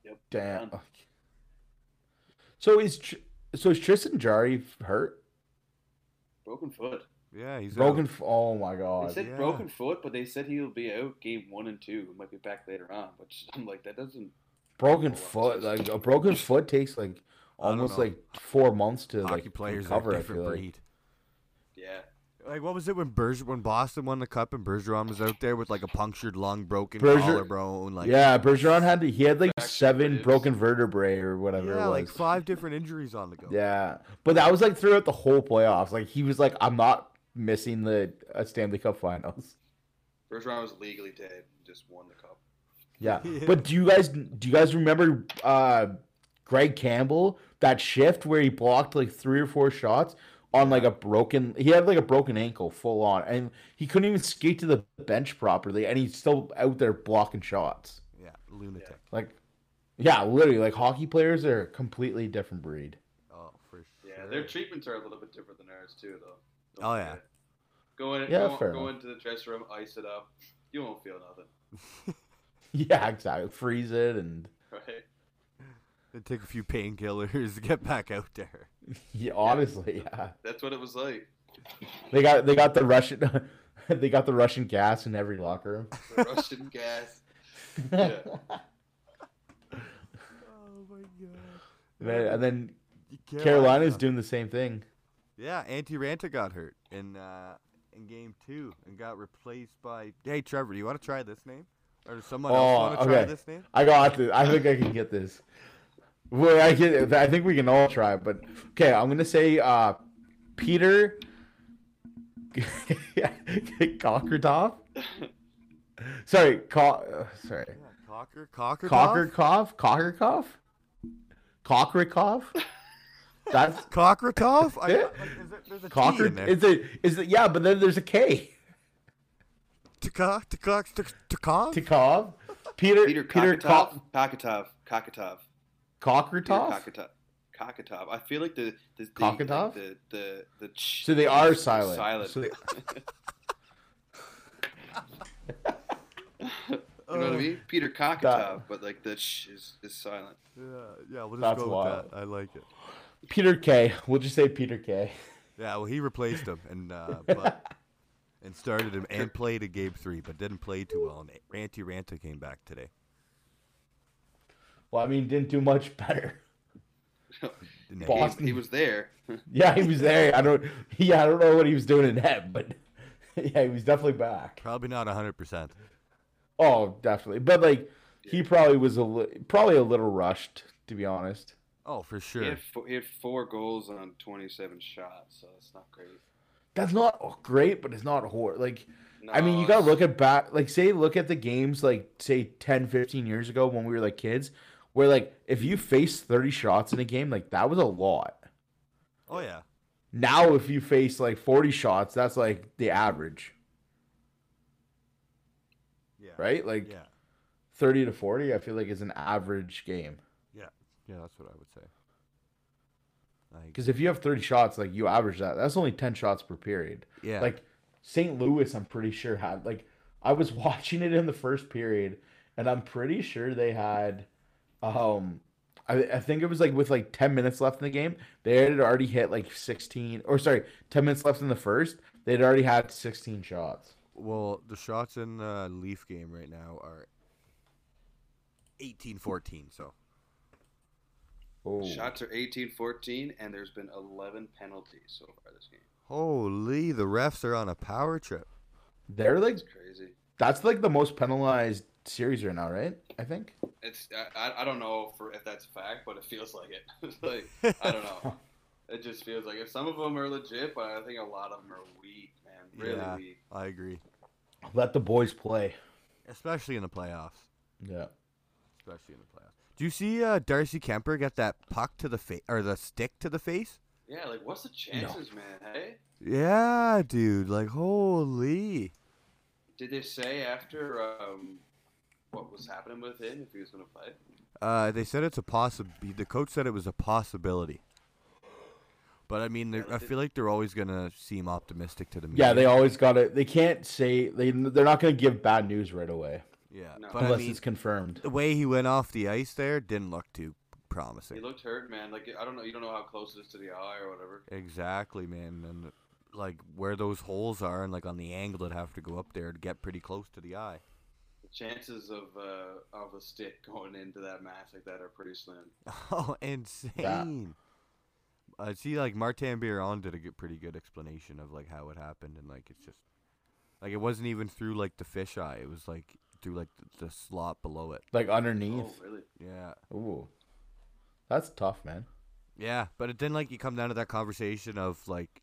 C: Yep.
B: Damn.
C: done.
B: So is Tr- so is Tristan Jari hurt?
C: Broken foot.
A: Yeah, he's
B: Broken.
A: Out.
B: f- Oh my
C: They
B: god.
C: said
A: yeah.
C: broken foot, but they said he'll be out game one and two. Might be back later on, which I'm like, that doesn't.
B: Broken foot. Like a broken foot takes like
A: I don't
B: almost
A: know.
B: like four months to
A: Hockey
B: like
A: players
B: recover.
A: are a
B: I
A: different
B: feel like.
A: breed.
C: Yeah.
A: Like what was it when Berger when Boston won the cup and Bergeron was out there with like a punctured lung, broken
B: Berger-
A: collarbone, like
B: yeah, Bergeron had to, he had like
C: Fractured
B: seven
C: ribs.
B: broken vertebrae or whatever
A: yeah,
B: it was.
A: like five different injuries on the go.
B: yeah, but that was like throughout the whole playoffs. Like he was like, I'm not missing the uh, Stanley Cup Finals.
C: Bergeron was legally dead and just won the cup.
B: Yeah,
A: Yeah.
B: but do you guys do you guys remember uh, Greg Campbell that shift where he blocked like three or four shots on like a broken? He had like a broken ankle, full on, and he couldn't even skate to the bench properly, and he's still out there blocking shots.
A: yeah lunatic.
B: Like, yeah, literally, like hockey players are a completely different breed.
A: Oh, for sure.
C: Yeah, their treatments are a little bit different than ours too, though.
A: Oh, yeah.
C: forget. Go in,
B: Yeah,
C: go,
B: fair
C: go
B: enough.
C: into the dressing room, ice it up. You won't feel nothing,
B: Yeah, exactly. Freeze it and
C: right?
A: They take a few painkillers to get back out there.
B: yeah, honestly, yeah.
C: That's what it was like.
B: They got they got the Russian they got the Russian gas in every locker room.
C: The Russian gas. Yeah.
A: Oh my god.
B: And then, and then Carolina's doing the same thing.
A: Yeah, Antti Ranta got hurt in uh, in game two and got replaced by Hey Trevor, do you want to try this name? Or does someone
B: Oh,
A: else want to try
B: okay.
A: this name?
B: I got this. I think I can get this. Well, I can, I think we can all try, but okay, I'm gonna say uh, Peter Kokratov. Sorry, Ko- uh, sorry.
A: Yeah, Cocker, Cocker,
B: Kokrikov? Kokrikov? Kokrikov? That's
A: Cockratov? I,
B: Yeah.
A: like, is it, there's a T
B: Cocker.
A: in there.
B: Is it? Is it? Yeah, but then there's a K.
A: Taka, Taka, Taka,
B: Tikov, Peter,
C: Peter
B: Peter,
C: Kakatov. Kakatov. Kakatov.
B: Ko-
C: Peter
B: Kokratov?
C: Kakatov. Kakatov. I feel like the the the, like
B: Kakatov?
C: the, the, the ch-
B: So they are
C: is
B: silent.
C: Silent.
B: So they-
C: You know what I
A: Oh,
C: mean? Peter Kakatov, but like the sh is, is silent.
A: Yeah, yeah, we'll just
B: That's
A: go
B: wild.
A: with that. I like it.
B: Peter K. We'll just say Peter K.
A: Yeah, well, he replaced him and uh, but, and started him and played a game three, but didn't play too well. And Ranty Ranta came back today.
B: Well, I mean, didn't do much better.
A: Didn't they?
B: Boss.
C: He, he was there.
B: Yeah, he was there. I don't. Yeah, I don't know what he was doing in that, but yeah, he was definitely back.
A: Probably not hundred percent.
B: Oh, definitely. But like, he probably was a li- probably a little rushed, to be honest.
A: Oh, for sure.
C: he, had four, he had four goals on 27 shots, so that's not great.
B: That's not great, but it's not horrible. Like,
C: No,
B: I mean, you gotta
C: it's-
B: look at back, like, say, look at the games, like, say, 10, 15 years ago when we were like kids, where like if you faced thirty shots in a game, like that was a lot.
A: Oh yeah.
B: Now, if you face like forty shots, that's like the average,
A: Yeah.
B: right? Like
A: Yeah.
B: thirty to forty, I feel like is an average game.
A: Yeah, that's what I would say. Like,
B: Because if you have 30 shots, like you average that, that's only 10 shots per period.
A: yeah.
B: Like St. Louis, I'm pretty sure had like I was watching it in the first period, and I'm pretty sure they had, um, I, I think it was like with like 10 minutes left in the game, they had already hit like 16 or sorry, 10 minutes left in the first, they'd already had 16 shots.
A: well, the shots in the Leaf game right now are 18-14, so
B: Oh,
C: Shots are 18 14, and there's been 11 penalties so far this game.
A: holy, the refs are on a power trip.
B: they're like
C: It's crazy.
B: that's like the most penalized series right now, right? I think.
C: It's I, I- I don't know for if that's a fact, but it feels like it. It's like I don't know. It just feels like if some of them are legit, but I think a lot of them are weak, man. Really
A: Yeah.
C: weak.
A: I agree,
B: Let the boys play.
A: especially in the playoffs.
B: Yeah.
A: Especially in the playoffs. Do you see uh, Darcy Kemper get that puck to the face or the stick to the face?
C: Yeah, like what's the chances, man? Hey,
A: Yeah, dude. Like, holy.
C: did they say after um, what was happening with him if he was going to play?
A: Uh, they said it's a possibility. The coach said it was a possibility. But I mean, they're- I feel like they're always gonna seem optimistic to the media.
B: Yeah, they always got to. They can't say they. They're not going to give bad news right away
A: Yeah,
C: No.
A: but I
B: unless
A: mean,
B: it's confirmed.
A: the way he went off the ice there didn't look too
C: He
A: promising.
C: looked hurt, man. Like I don't know, you don't know how close it is to the eye or whatever.
A: Exactly, man. And like where those holes are, and like on the angle that have to go up there to get pretty close to the eye.
C: The chances of uh, of a stick going into that mass like that are pretty slim.
A: Oh, insane! I see, like Martin Biron did a g- pretty good explanation of like how it happened, and like it's just like it wasn't even through like the fisheye; it was like through like the, the slot below it.
B: Like underneath.
C: Oh, really?
A: Yeah,
B: Ooh, that's tough, man.
A: yeah. But it then like you come down to that conversation of like,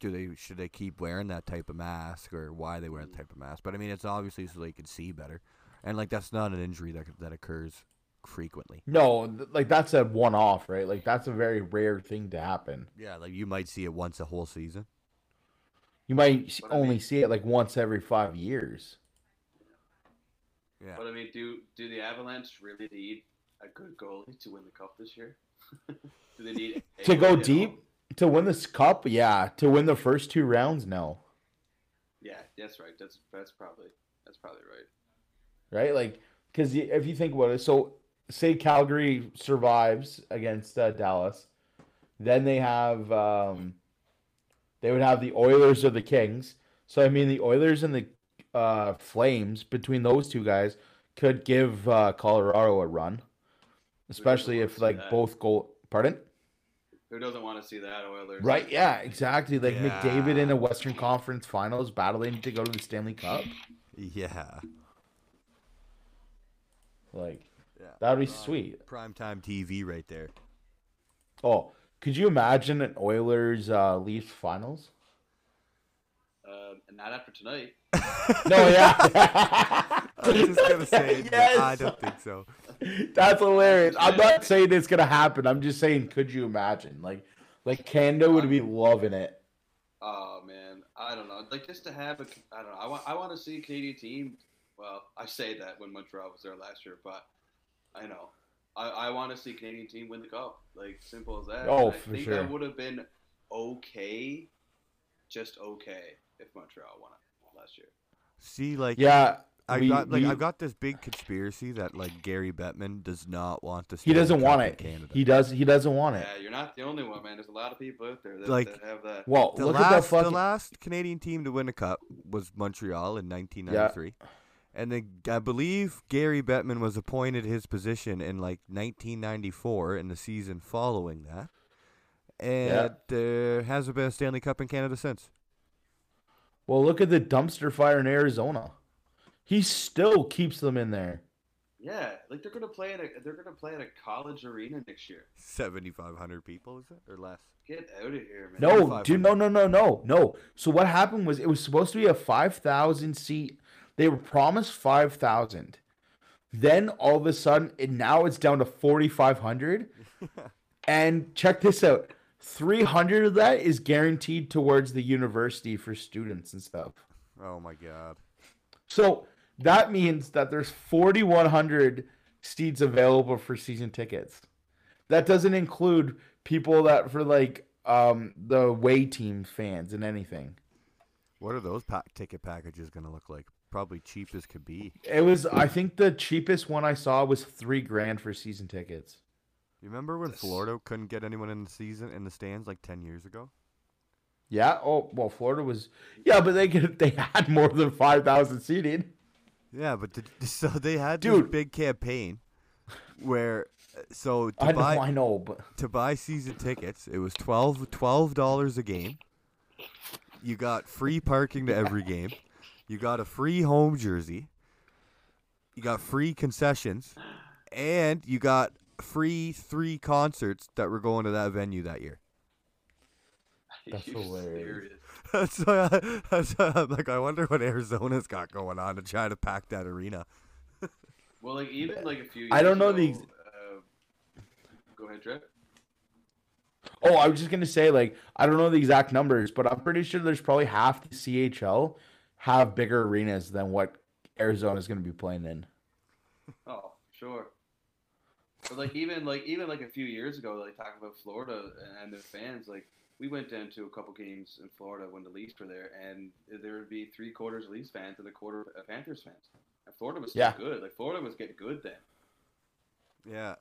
A: do they should they keep wearing that type of mask or why they wear that type of mask? But I mean, it's obviously so they can see better, and like that's not an injury that c- that occurs frequently.
B: No, th- like that's a one-off, right? Like that's a very rare thing to happen.
A: Yeah, like you might see it once a whole season.
B: You might s-
C: But I
B: only
C: mean-
B: see it like once every five years.
A: Yeah.
C: But I mean, do do the Avalanche really need a good goalie to win the cup this year? do they need a
B: To go
C: goalie at
B: deep?
C: all?
B: To win this cup, yeah. To win the first two rounds, no.
C: Yeah, that's right. That's that's probably that's probably right.
B: right? Like, because if you think about it, so say Calgary survives against uh, Dallas, then they have um, they would have the Oilers or the Kings. So I mean, the Oilers and the uh, Flames between those two guys could give uh, Colorado a run, especially if
C: see
B: like
C: that.
B: both goal. Pardon?
C: Who doesn't want to see that Oilers?
B: Right? Yeah, exactly. Like McDavid in
A: Yeah.
B: a Western Conference Finals battling to go to the Stanley Cup.
A: Yeah.
B: Like
A: Yeah.
B: that would be sweet.
A: primetime TV right there.
B: Oh, could you imagine an Oilers uh, Leafs finals?
C: Um, and not after tonight.
B: No, yeah.
A: I was just gonna say,
B: Yes.
A: I don't think so.
B: That's hilarious. I'm not saying it's gonna happen. I'm just saying, could you imagine? Like, like Canada would be loving it.
C: Oh man, I don't know. Like just to have a, I don't know. I want I want to see a Canadian team. Well, I say that when Montreal was there last year, but I know I, I want to see a Canadian team win the cup. Like simple as that.
B: Oh,
C: And I
B: for
C: think
B: sure.
C: That would have been okay, just okay if Montreal won it last year.
A: See, like,
B: Yeah,
A: I
B: We-
A: got like
B: we-
A: I've got this big conspiracy that like Gary Bettman does not want to.
B: He
A: Stanley
B: doesn't
A: Cup
B: want
A: in
B: it.
A: Canada.
B: He does. He doesn't want it.
C: Yeah, you're not the only one, man. There's a lot of people out there that,
A: Like,
C: that have that.
B: Well,
A: the
B: look
A: last,
B: at that fucking.
A: the last Canadian team to win a cup was Montreal in 1993. And then I believe Gary Bettman was appointed his position in like 1994 in the season following that. And there hasn't been a Stanley Cup in Canada since.
B: Well, look at the dumpster fire in Arizona. He still keeps them in there.
C: Yeah, like they're gonna play at a they're gonna play at a college arena next year.
A: 7,500 people, is it? Or less?
C: Get out of here, man.
B: No,
A: 2,500.
B: dude, no, no, no, no, no. So what happened was it was supposed to be a five thousand seat. They were promised five thousand. Then all of a sudden, and now it's down to forty five hundred. and check this out: three hundred of that is guaranteed towards the university for students and stuff.
A: Oh my God.
B: So that means that there's 4,100 seats available for season tickets. That doesn't include people that for like um the away team fans and anything.
A: What are those pa- ticket packages going to look like? Probably cheap as could be.
B: It was I think the cheapest one I saw was three grand for season tickets.
A: You remember when
C: Yes.
A: Florida couldn't get anyone in the season in the stands like 10 years ago?
B: Yeah. Oh well, Florida was. Yeah, but they could, they had more than five thousand seating.
A: Yeah, but the, so they had this
B: Dude.
A: big campaign where uh, so to
B: I know,
A: buy
B: I know, but
A: to buy season tickets, it was 12 dollars a game. You got free parking to every game. You got a free home jersey. You got free concessions, and you got free three concerts that were going to that venue that year.
B: That's
C: You're
B: hilarious.
C: serious.
A: so I, that's why I'm like, I wonder what Arizona's got going on to try to pack that arena.
C: Well, like even like a few. Years
B: I don't know the
C: ago, uh, go ahead, Trev.
B: Oh, I was just gonna say, like, I don't know the exact numbers, but I'm pretty sure there's probably half the CHL have bigger arenas than what Arizona's gonna be playing in.
C: Oh, sure. But like even like even like a few years ago, like talking about Florida and their fans, like we went down to a couple games in Florida when the Leafs were there, and there would be three quarters Leafs fans and a quarter uh, Panthers fans. And Florida was still
B: Yeah.
C: good. Like Florida was getting good then.
A: Yeah.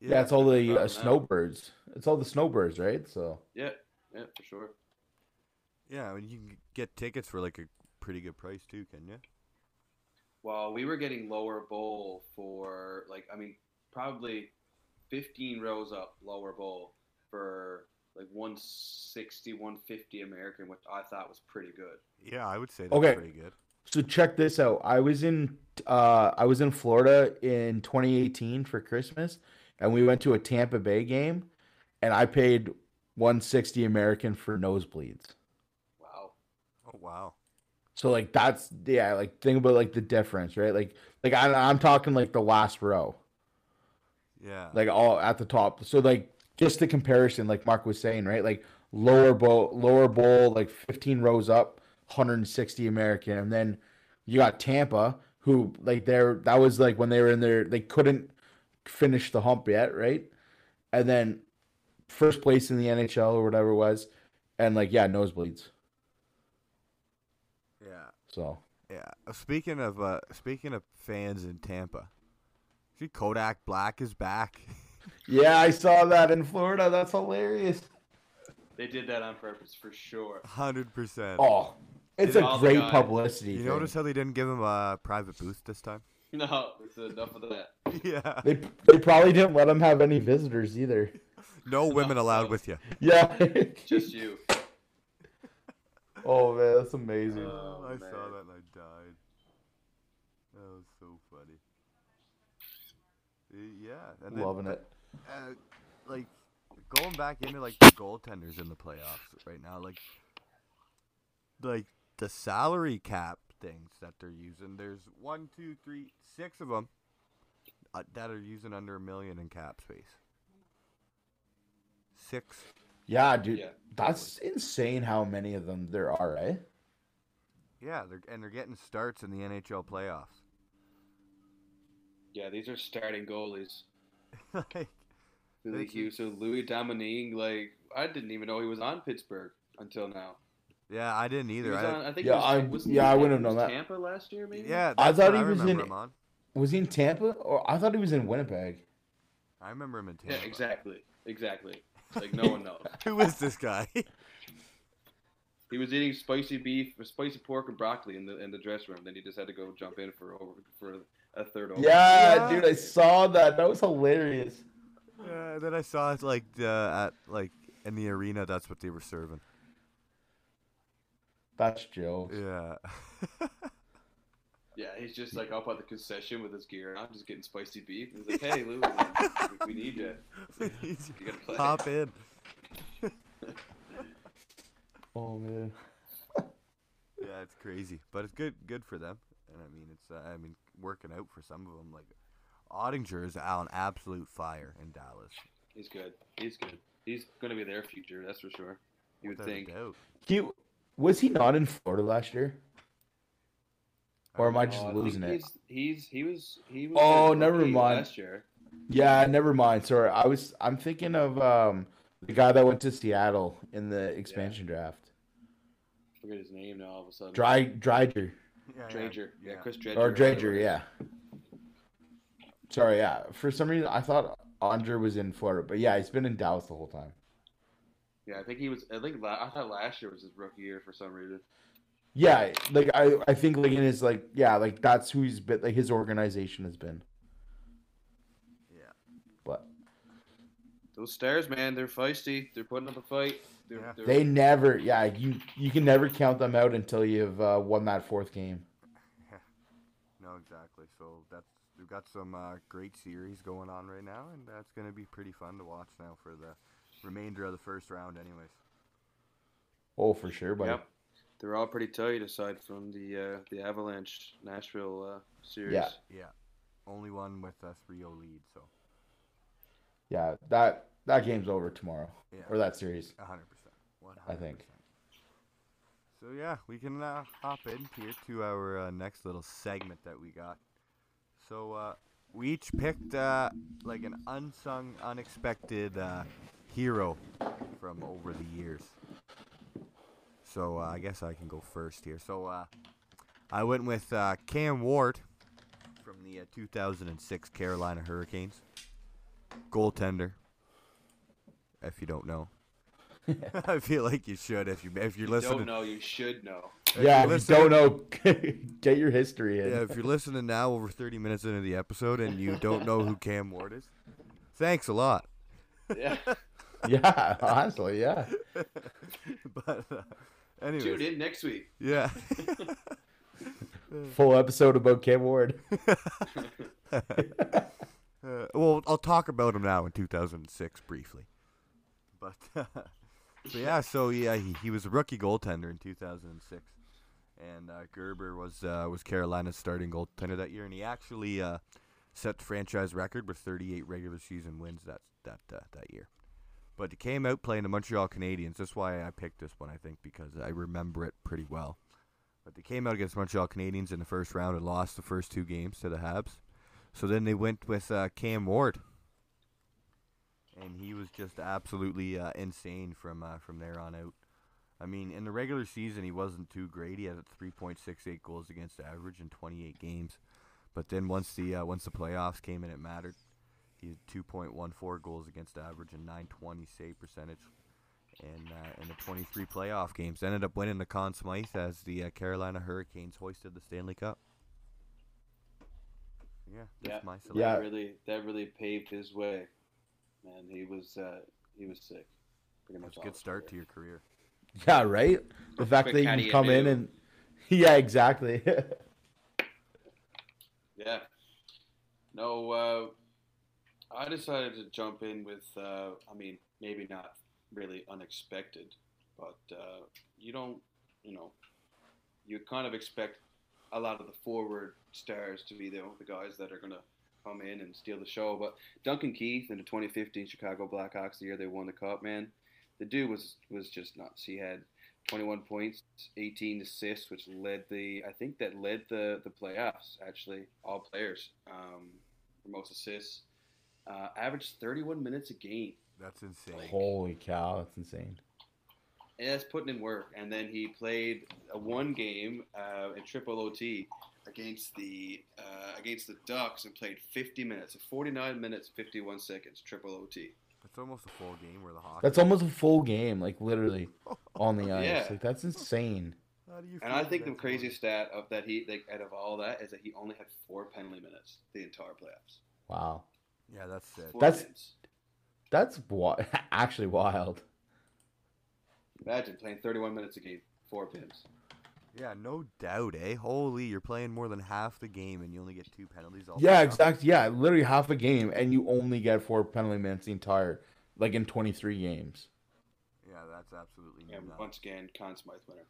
B: Yeah, it's all the uh,
C: Probably not.
B: snowbirds. It's all the snowbirds, right? So
C: Yeah, yeah, for sure.
A: Yeah, I mean, you can g- get tickets for like a pretty good price too, can you?
C: While we were getting lower bowl for like I mean probably 15 rows up lower bowl for like 160 150 American, which I thought was pretty good.
A: Yeah, I would say that's
B: that's Okay.
A: pretty
B: pretty
A: good.
B: so check this out. I was in uh I was in Florida in 2018 for Christmas, and we went to a Tampa Bay game, and I paid 160 American for nosebleeds.
C: Wow.
A: Oh wow.
B: So like that's yeah, like think about like the difference, right? Like like I, I'm talking like the last row.
A: Yeah.
B: like all at the top. So like just the comparison, like Mark was saying, right? Like lower bowl, lower bowl, like 15 rows up, 160 American, and then you got Tampa, who like they're that was like when they were in there, they couldn't finish the hump yet, right? And then first place in the NHL or whatever it was, and like yeah, nosebleeds.
A: yeah.
B: So
A: Yeah. Uh, Speaking of uh, speaking of fans in Tampa, see Kodak Black is back.
B: yeah, I saw that in Florida. That's hilarious.
C: They did that on purpose for sure.
A: Hundred percent.
B: Oh, it's
C: Did
B: a
C: all the
B: great
C: guys-
B: publicity.
A: You
B: thing.
A: notice how they didn't give him a private booth this time?
C: No, it's enough of that.
A: yeah.
B: They they probably didn't let him have any visitors either.
A: No women allowed with you.
B: Yeah.
C: Just you.
B: oh man, that's amazing.
C: Oh,
A: I
C: man.
A: saw that and I died. That was so funny. Uh, Yeah, and then
B: Loving it.
A: uh, like going back into like the goaltenders in the playoffs right now, like like the salary cap things that they're using. There's one, two, three, six of them uh, that are using under a million in cap space. Six,
B: Yeah, dude.
C: Yeah.
B: That's insane how many of them there are, eh?
A: yeah, they're and they're getting starts in the NHL playoffs.
C: Yeah, these are starting goalies.
A: like,
C: Like you, so Louis Dominique, like I didn't even know he was on Pittsburgh until now.
A: Yeah, I didn't
C: He
A: either.
C: was
A: I,
C: on, I think
B: Yeah,
C: he was,
B: I-
C: wasn't he
B: yeah, I
C: in-
B: wouldn't have
C: was
B: known that.
C: Tampa last year, maybe.
A: yeah,
B: I
A: that's
B: thought
A: what
B: he was in-
A: remember him on.
B: Was he in Tampa? Or I thought he was in Winnipeg.
A: I remember him in Tampa.
C: Yeah, exactly, exactly. Like no one knows.
A: Who is this guy?
C: He was eating spicy beef, spicy pork, and broccoli in the in the dressing room. Then he just had to go jump in for over for a third over.
B: Yeah,
A: Yeah.
B: dude, I saw that. That was hilarious.
A: Yeah, then I saw it like uh, at like in the arena. That's what they were serving.
B: That's Joe.
A: Yeah.
C: Yeah, he's just like up at the concession with his gear, and I'm just getting spicy beef. He's like, "Hey, Lou, like, we- we need you. You gotta play."
A: Hop in.
B: Oh man.
A: Yeah, it's crazy, but it's good. Good for them. And I mean, it's uh, I mean, working out for some of them. Like Ottinger is on absolute fire in Dallas.
C: He's good. He's good. He's gonna be their future, that's for sure. You would
A: without a
C: think.
A: doubt.
B: He was he not in Florida last year? Or am I just
C: Oh, I think
B: losing it?
C: he's, He's he was he was.
B: Oh,
C: their
B: never
C: rookie
B: mind.
C: Last year,
B: Yeah, never mind. Sorry, I was. I'm thinking of um the guy that went to Seattle in the expansion draft.
C: I forget his name now. All of a sudden,
B: Dry Dryger
A: Yeah,
C: Drager. Yeah, Chris Drager.
B: or Drager, yeah. Sorry, yeah. For some reason, I thought Andre was in Florida, but yeah, he's been in Dallas the whole time.
C: Yeah, I think he was. I think la- I thought last year was his rookie year for some reason.
B: Yeah, like I, I think like in his like yeah, like that's who he's been. Like his organization has been,
A: Yeah.
B: but
C: Those stars, man, they're feisty. They're putting up a fight. They're,
A: Yeah.
C: they're,
B: they never. Yeah, you you can never count them out until you've uh, won that fourth game.
A: No, exactly. So that's we've got some uh, great series going on right now, and that's going to be pretty fun to watch now for the remainder of the first round, anyways.
B: Oh, for sure, buddy.
C: Yep. They're all pretty tight aside from the uh, the Avalanche Nashville uh, series.
B: Yeah.
A: Yeah, only one with a 3-0 lead, so
B: Yeah, that that game's over tomorrow
A: yeah,
B: or that series.
A: a hundred percent. One
B: I
A: hundred
B: think.
A: percent. So yeah, we can uh, hop in here to our uh, next little segment that we got. So uh, we each picked uh, like an unsung, unexpected uh, hero from over the years. So uh, I guess I can go first here. So uh, I went with uh, Cam Ward from the uh, 2006 Carolina Hurricanes, goaltender. If you don't know, I feel like you should. If you if you're
C: You
A: listening,
C: Don't know. You should know.
A: if you're
B: yeah, if you
A: listening-
B: don't know, get your history in.
A: yeah, if you're listening now, over 30 minutes into the episode, and you don't know who Cam Ward is, thanks a lot.
C: Yeah.
B: yeah, honestly, yeah.
A: but uh,
C: Tune
A: anyway,
C: in next week.
A: yeah,
B: Full episode about Cam Ward.
A: Uh, well, I'll talk about him now in 2006 briefly. But uh, so yeah, so yeah, he, he was a rookie goaltender in 2006, and uh, Gerber was uh, was Carolina's starting goaltender that year, and he actually uh, set the franchise record with 38 regular season wins that that uh, that year. But he came out playing the Montreal Canadiens. That's why I picked this one, I think, because I remember it pretty well. But they came out against Montreal Canadiens in the first round and lost the first two games to the Habs. So then they went with uh, Cam Ward, and he was just absolutely uh, insane from uh, from there on out. I mean, in the regular season, he wasn't too great. He had a 3.68 goals against average in 28 games, but then once the uh, once the playoffs came and it mattered, he had 2.14 goals against average and 920 save percentage. And uh, in the 23 playoff games, ended up winning the Conn Smythe as the uh, Carolina Hurricanes hoisted the Stanley Cup. Yeah, that's
C: Yeah.
A: my selection.
B: Yeah.
C: That really, that really paved his way. Man, he was uh, he was sick. Pretty much.
A: It's a good start to your career.
B: Yeah, right. The fact
C: Quick
B: that you
C: how do
B: can
C: you
B: come in
C: do?
B: and yeah, exactly.
C: you. Yeah. No, uh, I decided to jump in with. Uh, I mean, maybe not really unexpected, but uh, you don't, you know, you kind of expect a lot of the forward stars to be the, the guys that are going to come in and steal the show. But Duncan Keith in the 2015 Chicago Blackhawks, the year they won the cup, man, the dude was was just nuts. He had 21 points, 18 assists, which led the I think that led the the playoffs actually all players um, for most assists. Uh, averaged 31 minutes a game.
A: That's insane.
B: Holy cow, that's insane.
C: And that's putting in work. And then he played a one game uh, in triple OT against the uh, against the Ducks and played 50 minutes, 49 minutes, 51 seconds, triple OT.
A: It's almost a full game where the hockey.
B: That's almost a full game, like literally on the ice.
C: Yeah.
B: Like that's insane.
A: How do you
C: And I
A: feel
C: think the
A: that's
C: craziest stat of that he like, out of all that is that he only had four penalty minutes the entire playoffs.
B: Wow.
A: on? Yeah, that's sick.
C: Four
B: That's-
C: minutes.
B: That's wi- actually wild.
C: imagine playing 31 minutes a game, four pins.
A: Yeah, no doubt, eh? Holy, you're playing more than half the game and you only get two penalties all
B: Yeah,
A: the time.
B: exactly. Yeah, literally half a game, and you only get four penalty minutes the entire, like in twenty three games.
A: Yeah, that's absolutely
C: And
A: nuts.
C: once again, Conn Smythe winner.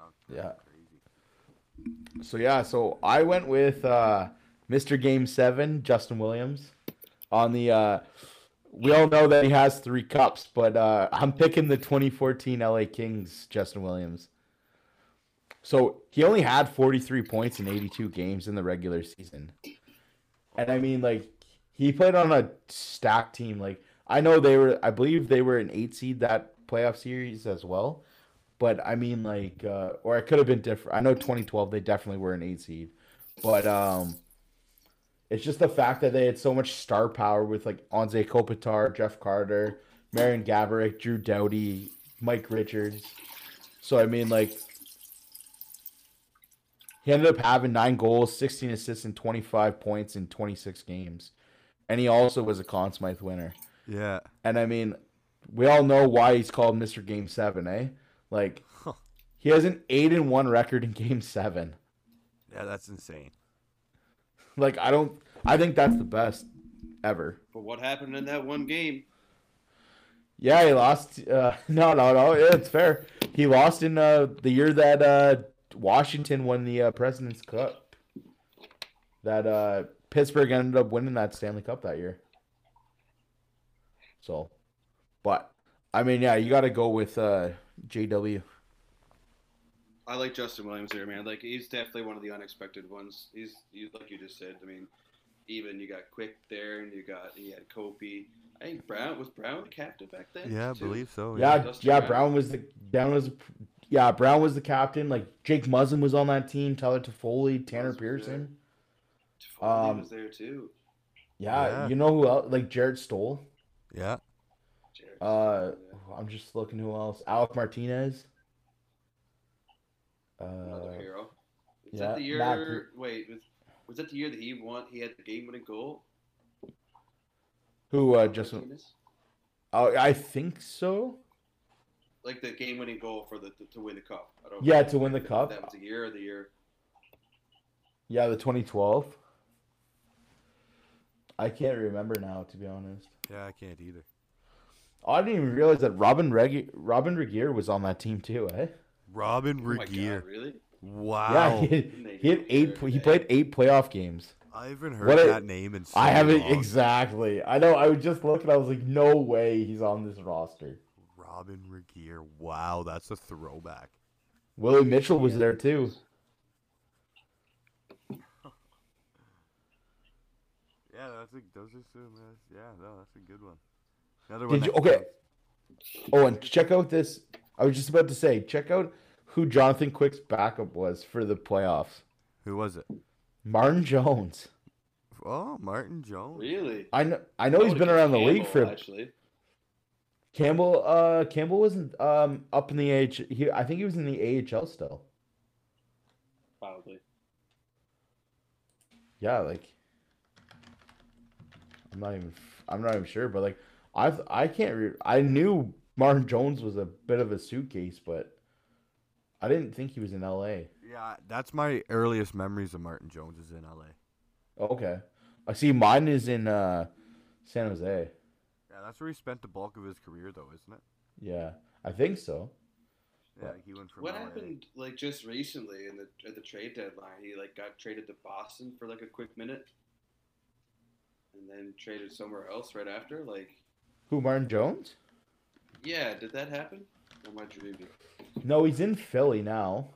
A: Oh,
B: Yeah.
A: Crazy.
B: So yeah, so I went with uh, Mr. Game Seven, Justin Williams, on the. Uh, we all know that he has three cups, but uh, I'm picking the 2014 LA Kings, Justin Williams. So he only had 43 points in 82 games in the regular season, and I mean like he played on a stacked team. Like I know they were, I believe they were an eight seed that playoff series as well. But I mean, like, uh, or it could have been different. I know 2012 they definitely were an eight seed, but um, it's just the fact that they had so much star power with like Anze Kopitar, Jeff Carter, Marion Gaborik, Drew Doughty, Mike Richards. So I mean, like, he ended up having nine goals, 16 assists, and 25 points in 26 games, and he also was a Conn Smythe winner.
A: Yeah.
B: And I mean, we all know why he's called Mr. Game Seven, eh? Like
A: Huh.
B: he has an eight and one record in Game Seven.
A: Yeah, that's insane.
B: Like I don't, I think that's the best ever.
C: But what happened in that one game?
B: Yeah, he lost. Uh, no, no, no. yeah, It's fair. He lost in uh, the year that uh, Washington won the uh, President's Cup. That uh, Pittsburgh ended up winning that Stanley Cup that year. So, but I mean, yeah, you got to go with uh, JW.
C: I like Justin Williams here, man. Like he's definitely one of the unexpected ones. He's, he's like you just said. I mean, even you got Quick there, and you got he had Kopi. I think Brown was Brown the captain back then.
A: Yeah, I
C: too?
A: believe so.
B: Yeah,
A: Oh, yeah.
C: Dustin
B: yeah.
C: Brown.
B: Brown was the Brown was, yeah. Brown was the captain. Like Jake Muzzin was on that team. Tyler Toffoli, Tanner
C: Muzzin, yeah.
B: Pearson.
C: Foley
B: Um,
C: was there too.
B: Yeah,
A: Yeah.
B: you know who else? Like Jared Stoll.
A: Yeah.
C: Jared.
B: Uh,
C: Yeah.
B: I'm just looking who else. Alec Martinez.
C: another
B: Uh,
C: hero. Was
B: yeah,
C: that the year?
B: Matt-
C: wait, was, was that the year that he won? He had the game-winning goal.
B: who? Uh, just oh, I think so.
C: like the game-winning goal for the to, to win the cup. I don't
B: Yeah, to win the
C: if
B: cup.
C: That was the year of the year.
B: Yeah, the 2012. I can't remember now, to be honest. Oh,
A: Yeah, I can't either.
B: I didn't even realize that Robin Reg- Robin Regier was on that team too, eh?
A: Robin
C: Oh my
A: Regier.
C: God, really?
A: wow.
B: Yeah, he,
C: Didn't they
B: he had
C: do
B: eight.
C: it
B: He
C: today?
B: played eight playoff games.
A: I haven't
B: What
A: heard
B: a-
A: that name in so
B: I haven't
A: long.
B: exactly. I know. I was just looking. I was like, no way, he's on this roster.
A: Robin Regier. Wow, that's a throwback.
B: Willie Mitchell was there too.
A: Yeah, that's a, those are some. Uh, yeah, no, that's a good one. Another
B: Did you? Okay. Oh, and check out this. I was just about to say, check out who Jonathan Quick's backup was for the playoffs.
A: Who was it?
B: Martin Jones.
A: Oh, Martin Jones.
C: Really?
B: I know. I know he's
C: would've
B: been
C: guessed
B: around the league
C: Campbell,
B: for
C: actually.
B: Campbell. Uh, Campbell wasn't um up in the AH. He, I think he was in the AHL still.
C: Probably.
B: yeah, like I'm not even I'm not even sure, but like I th- I can't re- I knew Martin Jones was a bit of a suitcase, but I didn't think he was in L.A.
A: Yeah, that's my earliest memories of Martin Jones is in LA.
B: Okay, I see. Mine is in uh, San Jose.
A: Yeah, that's where he spent the bulk of his career, though, isn't it?
B: Yeah, I think so.
A: Yeah,
B: Yeah.
A: he went from.
C: What
A: LA.
C: happened like just recently in the at the trade deadline? He like got traded to Boston for like a quick minute, and then traded somewhere else right after. Like,
B: Who Martin Jones?
C: yeah, did that happen? Or am I dreaming?
B: No, he's in Philly now.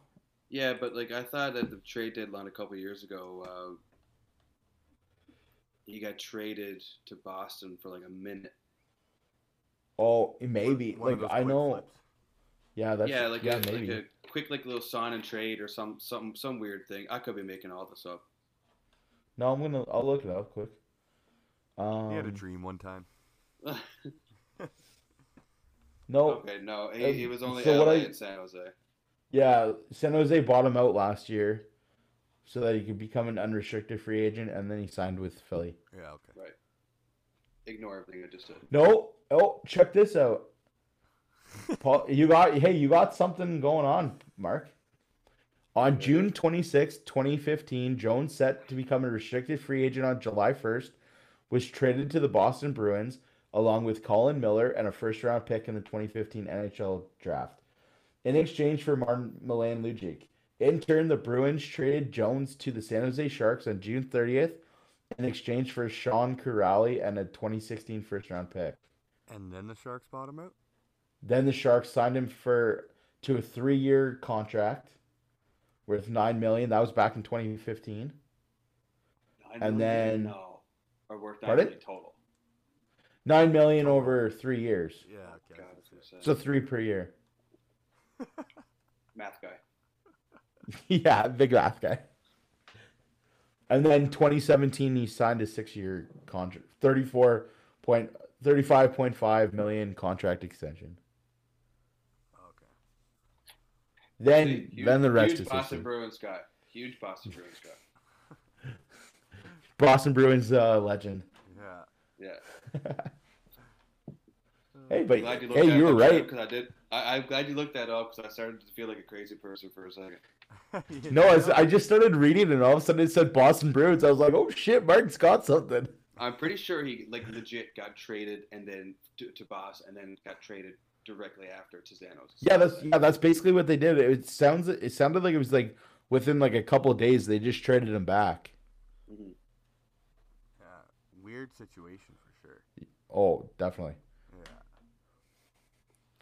C: Yeah, but like I thought at the trade deadline a couple years ago, uh, he got traded to Boston for like a minute,
B: Oh, maybe.
A: One of
B: like
A: those
B: I
A: quick
B: know.
A: flips.
B: Yeah, that's
C: yeah, like,
B: yeah,
C: a,
B: maybe.
C: like a quick like little sign and trade or some some some weird thing. I could be making all this up.
B: No, I'm gonna. I'll look it up quick. Um,
A: he had a dream one time.
B: No,
C: okay, no, it,
B: um,
C: it was only
B: so what
C: LA
B: I-
C: and San Jose.
B: yeah, San Jose bought him out last year, so that he could become an unrestricted free agent, and then he signed with Philly.
A: Yeah, okay.
C: Ignore everything I just said.
B: No, oh, check this out. Paul, you got hey, you got something going on, Mark. On June 26, 2015, Jones, set to become a restricted free agent on July 1st, was traded to the Boston Bruins along with Colin Miller and a first round pick in the 2015 NHL draft in exchange for Martin Milan Lucic. In turn, the Bruins traded Jones to the San Jose Sharks on June 30th in exchange for Sean Corrali and a 2016 first round pick.
A: And then the Sharks bought him out.
C: Oh,
B: Then the Sharks signed him for to a three-year contract worth nine million. That was back in 2015.
C: Nine
B: And
C: million?
B: then-
C: no, or worth nine
B: Pardon?
C: million total.
B: Nine million over three years.
A: Yeah,
C: Oh,
A: okay.
C: God,
A: I
C: that's
A: see.
C: insane.
B: So three per year.
C: math guy.
B: yeah, big laugh guy. And then 2017, he signed a six-year contract, 34 point, 35.5 million contract extension.
A: Okay.
B: Then,
C: See, huge-
B: then the rest
C: huge
B: is
C: Boston
B: history.
C: Bruins guy. Huge Boston Bruins guy.
B: Boston Bruins uh, legend.
A: Yeah.
C: Yeah.
B: Hey, but
C: Glad you looked
B: hey,
C: that
B: you were
C: up,
B: right.
C: Because I did. I, I'm glad you looked that up because I started to feel like a crazy person for a second.
A: Uh, You
B: No, I, was-
A: know?
B: I just started reading it, and all of a sudden it said Boston Bruins. I was like, oh shit, Mark's got something.
C: I'm pretty sure he like legit got traded and then to, to Boss and then got traded directly after to Zanos.
B: Yeah, that's yeah, that's basically what they did. It, sounds it sounded like it was like within like a couple of days they just traded him back.
C: Mhm.
A: Yeah. Weird situation for sure.
B: Oh, definitely.
A: Yeah.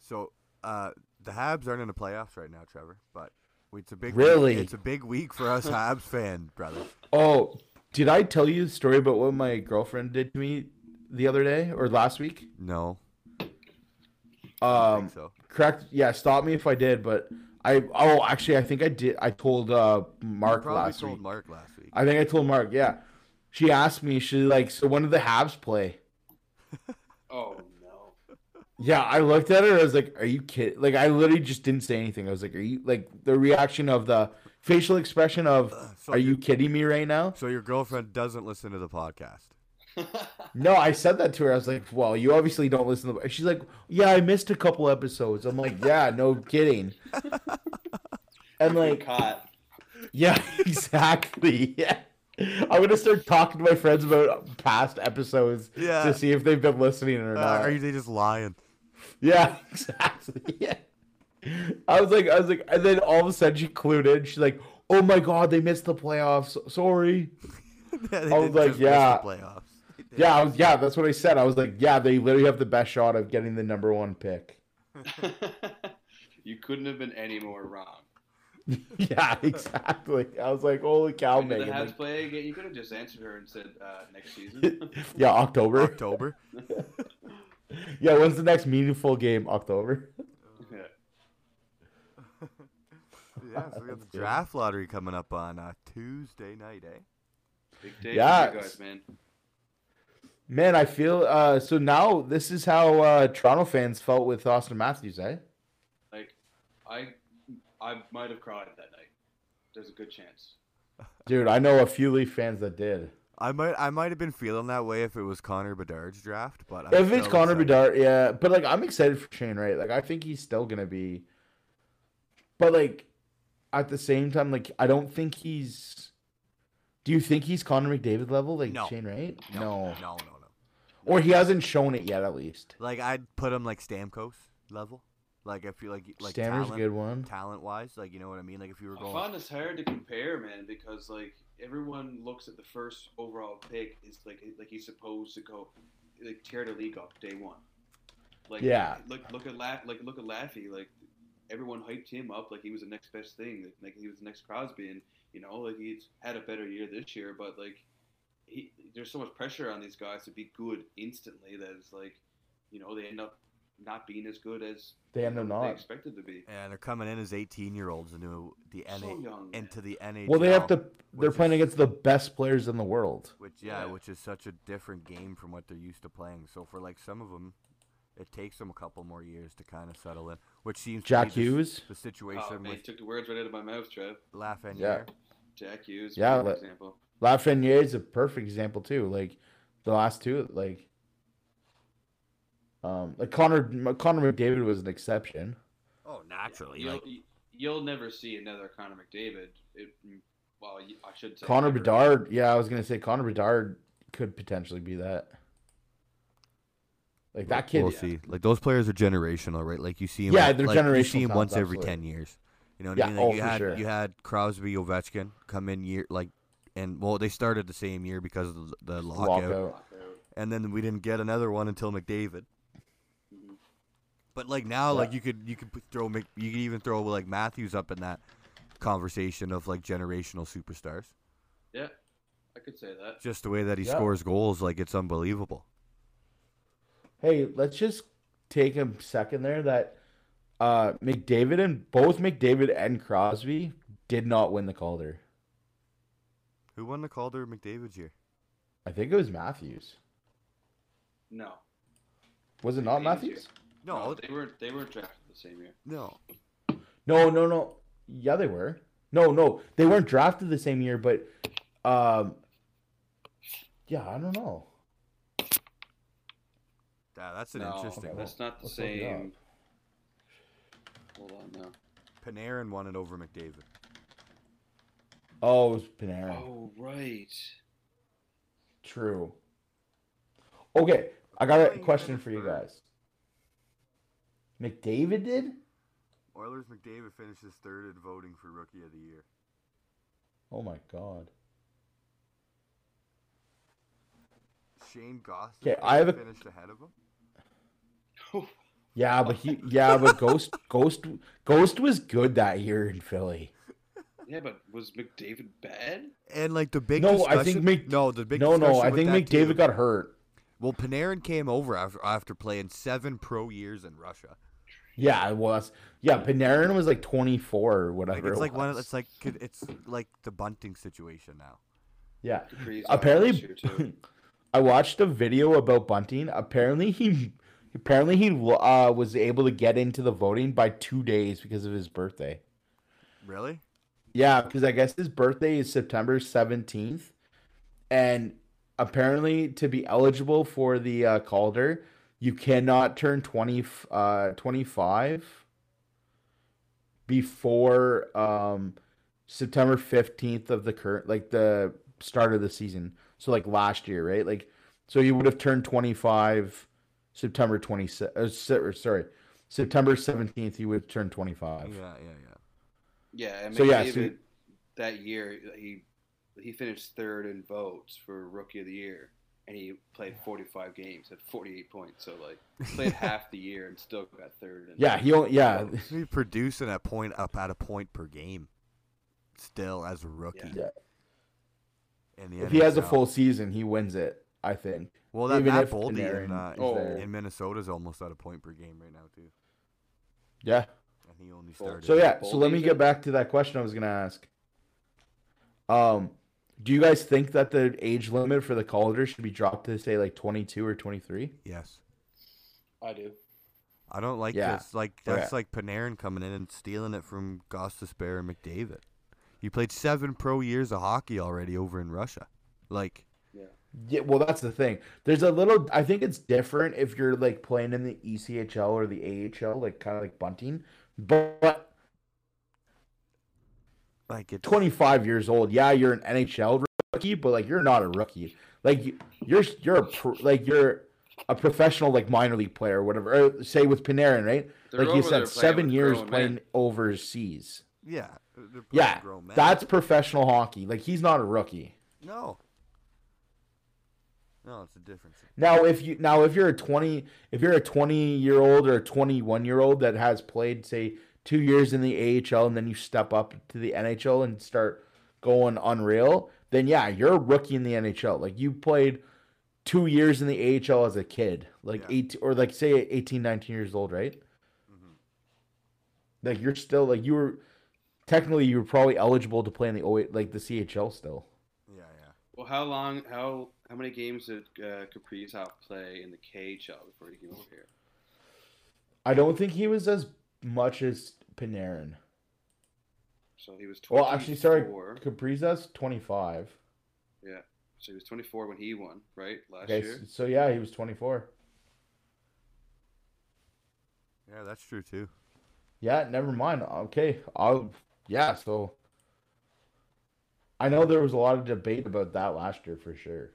A: So uh, the Habs aren't in the playoffs right now, Trevor. But it's a big week-
B: Really?
A: it's a big week for us Habs fan brother.
B: Oh, did I tell you the story about what my girlfriend did to me the other day or last week?
A: No, I
B: Um,
A: think so.
B: correct. Yeah, stop me if I did, but I oh actually I think I did. I told uh
A: You
B: Mark
A: probably
B: last
A: told
B: week.
A: Mark last week.
B: I think I told Mark. Yeah, she asked me. She like, so when do the Habs play?
C: Oh no.
B: Yeah, I looked at her. I was like, "Are you kidding?" Like, I literally just didn't say anything. I was like, "Are you like the reaction of the facial expression of
A: Uh, so
B: Are
A: your-
B: you kidding me right now?"
A: So your girlfriend doesn't listen to the podcast.
B: No, I said that to her. I was like, "Well, you obviously don't listen." to the-" She's like, "Yeah, I missed a couple episodes." I'm like, "Yeah, no kidding." and like,
C: caught.
B: yeah, exactly. Yeah, I'm gonna start talking to my friends about past episodes
A: Yeah.
B: to see if they've been listening or
A: Uh,
B: not.
A: are you they just lying?
B: Yeah, exactly. Yeah. I was like, I was like, and then all of a sudden she clued in. She's like, "Oh my god, they missed the playoffs. Sorry."
A: They
B: was
A: didn't
B: like,
A: just miss the
B: yeah.
A: playoffs. They did.
B: Yeah, I was. Yeah, that's what I said. I was like, "Yeah, they literally have the best shot of getting the number one pick."
C: you couldn't have been any more wrong.
B: yeah, exactly. I was like, "Holy cow,
C: When did the
B: Megan!"
C: Habs play again? You could have just answered her and said uh, next season.
B: Like, yeah, October.
A: October.
B: Yeah, when's the next meaningful game? October.
C: yeah.
A: Yeah, so we got
B: That's
A: the
B: good.
A: draft lottery coming up on uh, Tuesday night, eh?
C: Big day
B: Yeah.
C: for you guys, man.
B: Man, I feel uh, so now. This is how uh, Toronto fans felt with Austin Matthews, eh?
C: Like, I, I might have cried that night. There's a good chance.
B: Dude, I know a few Leaf fans that did.
A: I might I might have been feeling that way if it was Connor Bedard's draft, but I'm
B: If it's
A: so
B: Connor
A: excited.
B: Bedard, yeah, but like I'm excited for Shane Wright. Like I think he's still gonna be, but like at the same time, like I don't think he's. Do you think he's Connor McDavid level like
A: No.
B: Shane Wright? No.
A: no, no, no, no.
B: or he hasn't shown it yet. At least
A: Like I'd put him like Stamkos level. Like I feel like like
B: Stammer's a
A: talent,
B: good one.
A: talent wise, like you know what I mean. Like if you were
C: I
A: going,
C: find this hard to compare, man, because like everyone looks at the first overall pick is like like he's supposed to go like tear the league up day one. Like
B: Yeah.
C: look look at La- like look at Laffy, like everyone hyped him up like he was the next best thing, like, like he was the next Crosby, and you know like he's had a better year this year, but like he there's so much pressure on these guys to be good instantly that it's like you know they end up not being as good as
B: Damn, they're
C: they
B: not.
C: expected to be.
A: And they're coming in as 18 year olds into the NA
C: So young, man.
A: into the NHL.
B: Well, they have to. They're
A: which
B: playing
A: is-
B: against the best players in the world.
A: Which yeah,
C: Yeah.
A: which is such a different game from what they're used to playing. So for like some of them, it takes them a couple more years to kind of settle in. Which seems to be
B: Jack
A: the s-
B: Hughes.
A: the
C: Oh,
A: situation
C: man, you
A: with
C: took the words right out of my mouth, Trev.
A: Lafreniere.
B: Yeah.
C: Jack Hughes,
B: Yeah,
C: for
B: but-
C: example.
B: Lafreniere is a perfect example too. Like the last two, like um, like Connor Connor McDavid was an exception.
A: Oh, naturally.
C: You'll,
A: like-
C: you'll never see another Connor McDavid. It, mm, well, you- I should say
B: Connor
C: never.
B: Bedard, yeah, I was gonna say Connor Bedard could potentially be that. Like that kid,
A: we'll see. Like those players are generational, right? Like you see 'em
B: Yeah,
A: like-
B: they're
A: like, You
B: generational
A: see 'em
B: talents,
A: once every
B: absolutely.
A: ten years. You know what I
B: Yeah,
A: mean? Like
B: oh,
A: you
B: for
A: had
B: sure.
A: you had Crosby, Ovechkin come in year like, and well, they started the same year because of the, the lockout,
B: lockout.
A: and then we didn't get another one until McDavid.
C: Mhm.
A: But like now,
B: Yeah.
A: like you could you could put- throw Mc, you could even throw like Matthews up in that conversation of like generational superstars.
C: Yeah, I could say that.
A: Just the way that he
B: Yeah.
A: scores goals, like it's unbelievable.
B: Hey, let's just take a second there. That uh, McDavid and both McDavid and Crosby did not win the Calder.
A: Who won the Calder McDavid's year?
B: I think it was Matthews.
C: No,
B: Was it not
C: McDavid's year.
B: Matthews?
A: No, oh,
C: they weren't. They weren't drafted the same year.
A: no.
B: No, no, no. Yeah, they were. No, no, they weren't drafted the same year, but um, yeah, I don't know.
A: Yeah, that's an
C: no,
A: interesting. one.
C: That's not the
B: Let's look it
C: same. Hold on now.
A: Panarin won it over McDavid.
B: Oh, it was Panarin.
C: Oh right.
B: True. Okay, I got a question for you guys. McDavid did?
A: Oilers McDavid finishes third in voting for Rookie of the Year.
B: Oh my god.
A: Shane Goss.
B: 'Kay, I have a-
A: finished ahead of him.
B: Yeah, but he yeah, but Ghost Ghost Ghost was good that year in Philly.
C: Yeah, but was McDavid bad?
A: And like the big
B: No, I think
A: discussion-
B: Mc-
A: no the big
B: no, no,
A: discussion
B: I
A: with
B: think
A: that
B: McDavid
A: too-
B: got hurt.
A: well Panarin came over after after playing seven pro years in Russia.
B: Yeah, it was. Yeah, Panarin was like 24 or
A: Like
B: whatever.
A: it's
B: it
A: like one of-
B: was.
A: it's like could- it's like the Bunting situation now.
B: Yeah.
C: Dupree's out this year,
B: Apparently
C: too.
B: I watched a video about Bunting. Apparently he apparently he uh, was able to get into the voting by 2 days because of his birthday.
A: Really?
B: Yeah, because I guess his birthday is September 17th. And apparently, to be eligible for the uh, Calder, you cannot turn 20, f- uh, 25 before um, September 15th of the current, like the start of the season. So, like last year, right? Like, so you would have turned 25 September 26th, uh, se- or sorry, September 17th, you would turn 25.
A: Yeah, yeah, yeah.
C: Yeah, and
B: So, yeah,
C: McDavid
B: so-
C: that year he he finished third in votes for rookie of the year, and he played 45 games, had 48 points. So like played half the year and still got third. In
B: Yeah, he, o- yeah,
A: He's producing at point up at a point per game, still as a rookie.
B: Yeah.
A: In the
B: If he has a
A: NHL.
B: full season, he wins it. I think.
A: well, that
B: even
A: Matt
B: if
A: Boldy in,
B: Panarin
A: uh,
B: is
A: in-
B: there.
A: in Minnesota's almost at a point per game right now too,
B: Yeah.
A: and he only
C: Well,
A: started.
B: So yeah. So
C: Boldy
B: let me
C: is
B: get
C: it?
B: back to that question I was gonna ask. Um, do you guys think that the age limit for the Calder should be dropped to say like twenty two or twenty three?
A: Yes.
C: I do.
A: I don't like
B: Yeah.
A: this. Like
B: Okay.
A: that's like Panarin coming in and stealing it from Gostisbehere and McDavid. You played seven pro years of hockey already over in Russia. Like
B: Yeah. Well, that's the thing. There's a little. I think it's different if you're like playing in the E ECHL or the AHL, like kind of like bunting, but.
A: like it's
B: 25 years old. Yeah, you're an NHL rookie, but like you're not a rookie. Like you- you're you're a pro, like you're a professional like minor league player or whatever. Or say with Panarin, right?
C: They're
B: like you
C: over there
B: said,
C: playing
B: seven
C: with
B: years
C: grown
B: playing
C: men.
B: overseas.
A: yeah. they're playing
B: Yeah,
A: grown men.
B: that's professional hockey. Like he's not a rookie.
A: no. No, it's a difference.
B: Now if you now if you're a 20 if you're a 20 year old or a 21 year old that has played say 2 years in the AHL and then you step up to the NHL and start going unreal, then yeah, you're a rookie in the NHL. Like you played two years in the AHL as a kid, like
A: Yeah.
B: eight or like say 18, 19 years old, right?
A: Mhm.
B: Like you're still like you were technically you were probably eligible to play in the O like the CHL still.
A: Yeah, yeah.
C: Well, how long? How how many games did uh, Kaprizov play in the KHL before he came over here?
B: I don't think he was as much as Panarin.
C: So he was 24.
B: Well, actually, sorry, Kaprizov's twenty five.
C: So he was 24 when he won, right? Last
B: Okay,
C: year.
B: s- so yeah, he was twenty four.
A: Yeah, that's true too.
B: Yeah, never mind. Okay, I'll yeah. So I know there was a lot of debate about that last year for sure.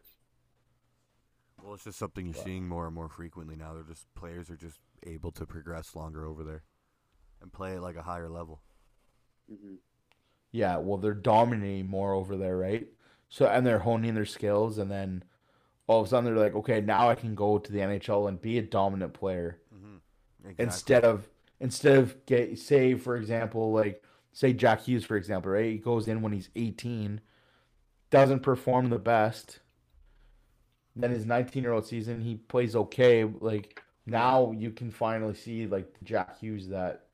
A: Well, it's just something you're
B: But-
A: seeing more and more frequently now. They're just players are just able to progress longer over there and play at like a higher level.
C: hmm
B: Yeah, well, they're dominating more over there, right? So, and they're honing their skills, and then all of a sudden they're like, okay, now I can go to the NHL and be a dominant player
A: Mm-hmm.
B: instead of instead of get say for example, like say Jack Hughes for example, right? He goes in when he's 18, doesn't perform the best. Then his 19 year old season, he plays okay. Like now you can finally see like the Jack Hughes that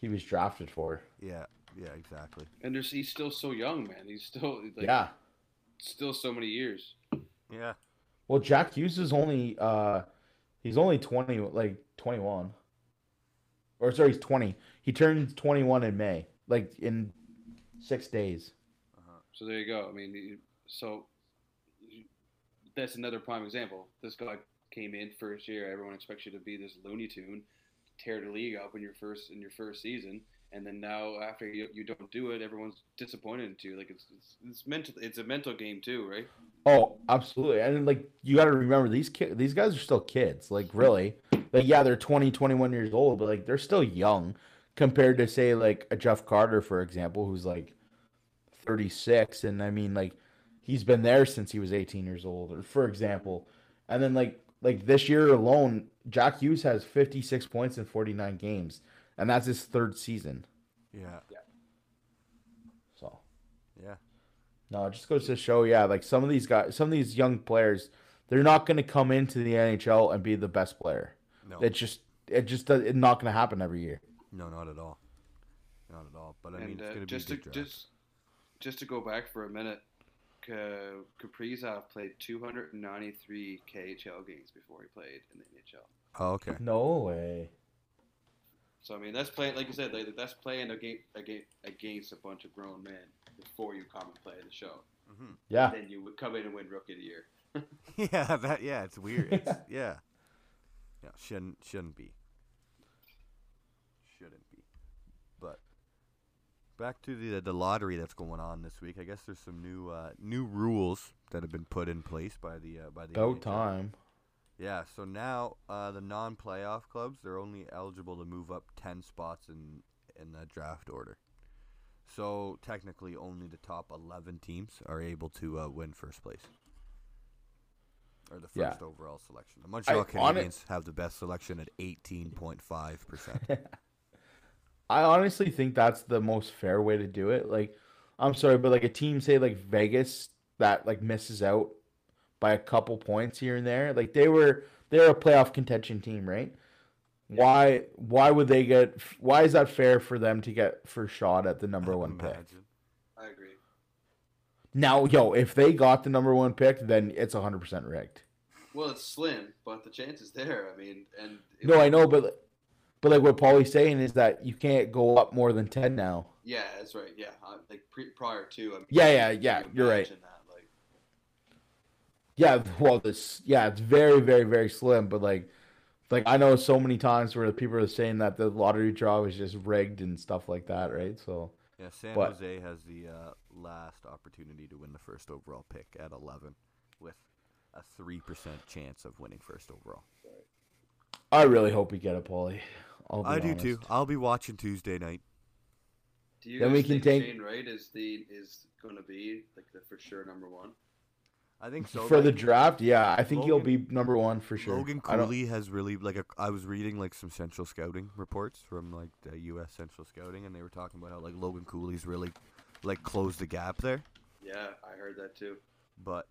B: he was drafted for.
A: yeah, yeah, exactly.
C: And there's, he's still so young, man. He's still like,
B: yeah.
C: still so many years.
A: Yeah,
B: Well, Jack Hughes is only uh he's only 20 like 21. Or sorry, he's 20. He turns 21 in May, like in 6 days.
C: So there you go. I mean, you- so that's another prime example. This guy came in first year. Everyone expects you to be this Looney Tune, tear the league up in your first in your first season, and then now after you, you don't do it, everyone's disappointed into you. Like it's, it's it's mental. It's a mental game too, right?
B: Oh, absolutely. And like you got to remember these kids these guys are still kids, like really. Like yeah, they're 20, 21 years old, but like they're still young compared to say like a Jeff Carter for example who's like 36 and I mean like he's been there since he was 18 years old or for example. And then like like this year alone, Jack Hughes has 56 points in 49 games and that's his third season.
A: yeah,
B: So
A: yeah.
B: No, it just goes to show, yeah, like some of these guys, some of these young players, they're not going to come into the NHL and be the best player.
A: No,
B: It's just, it just, does- it's not going to happen every year.
A: no, not at all, not at all. But I mean,
C: and
A: it's
C: uh,
A: gonna
C: just
A: be a
C: to
A: good draft.
C: just just to go back for a minute, Ka- Kaprizov played 293 KHL games before he played in the NHL.
A: Oh, okay.
B: No way.
C: So I mean, that's playing like you said, like, that's playing against, against against a bunch of grown men before you come and play the show.
A: hmm
B: Yeah.
C: Then you would come in and win Rookie of the Year.
A: yeah, that. Yeah, it's weird. It's, yeah, yeah. Shouldn't shouldn't be. Shouldn't be. But back to the the lottery that's going on this week. I guess there's some new uh, new rules that have been put in place by the uh, by the.
B: About
A: NHL.
B: time.
A: Yeah, so now uh, the non-playoff clubs they're only eligible to move up ten spots in in the draft order. So technically, only the top eleven teams are able to uh, win first place or the
B: Yeah.
A: first overall selection. The Montreal
B: I- on it-
A: Canadiens have the best selection at eighteen point five percent.
B: I honestly think that's the most fair way to do it. Like, I'm sorry, but like a team, say like Vegas, that like misses out by a couple points here and there. Like they were, they're a playoff contention team, right? Why, why would they get? Why is that fair for them to get first shot at the number one pick?
C: I agree.
B: Now, yo, if they got the number one pick, then it's 100% rigged.
C: Well, it's slim, but the chance is there. I mean, and it-
B: No, I know, but but like what Paulie's saying is that you can't go up more than 10 now.
C: Yeah, that's right. Yeah, uh, like pre- prior to. I mean,
B: Yeah, yeah,
C: can
B: yeah,
C: you
B: you're right.
C: imagine That, like,
B: Yeah, well, this yeah, it's very, very, very slim. But like, like I know so many times where people are saying that the lottery draw was just rigged and stuff like that, right? So
A: Yeah, San
B: But-
A: Jose has the uh, last opportunity to win the first overall pick at eleven, with a three percent chance of winning first overall.
B: I really hope we get it, Paulie. I'll be
A: I do
B: honest.
A: too. I'll be watching Tuesday night.
C: do you
B: Then
C: guys
B: we can
C: think
B: take-
C: Shane Wright is the is going to be like the for sure number one?
A: I think so.
B: for
A: like,
B: the draft, yeah, I think he'll
A: Logan-
B: be number one for sure.
A: Logan
B: I don't-
A: Cooley has really like a, I was reading like some Central Scouting reports from like the U.S. Central Scouting, and they were talking about how like Logan Cooley's really like closed the gap there.
C: Yeah, I heard that too.
A: But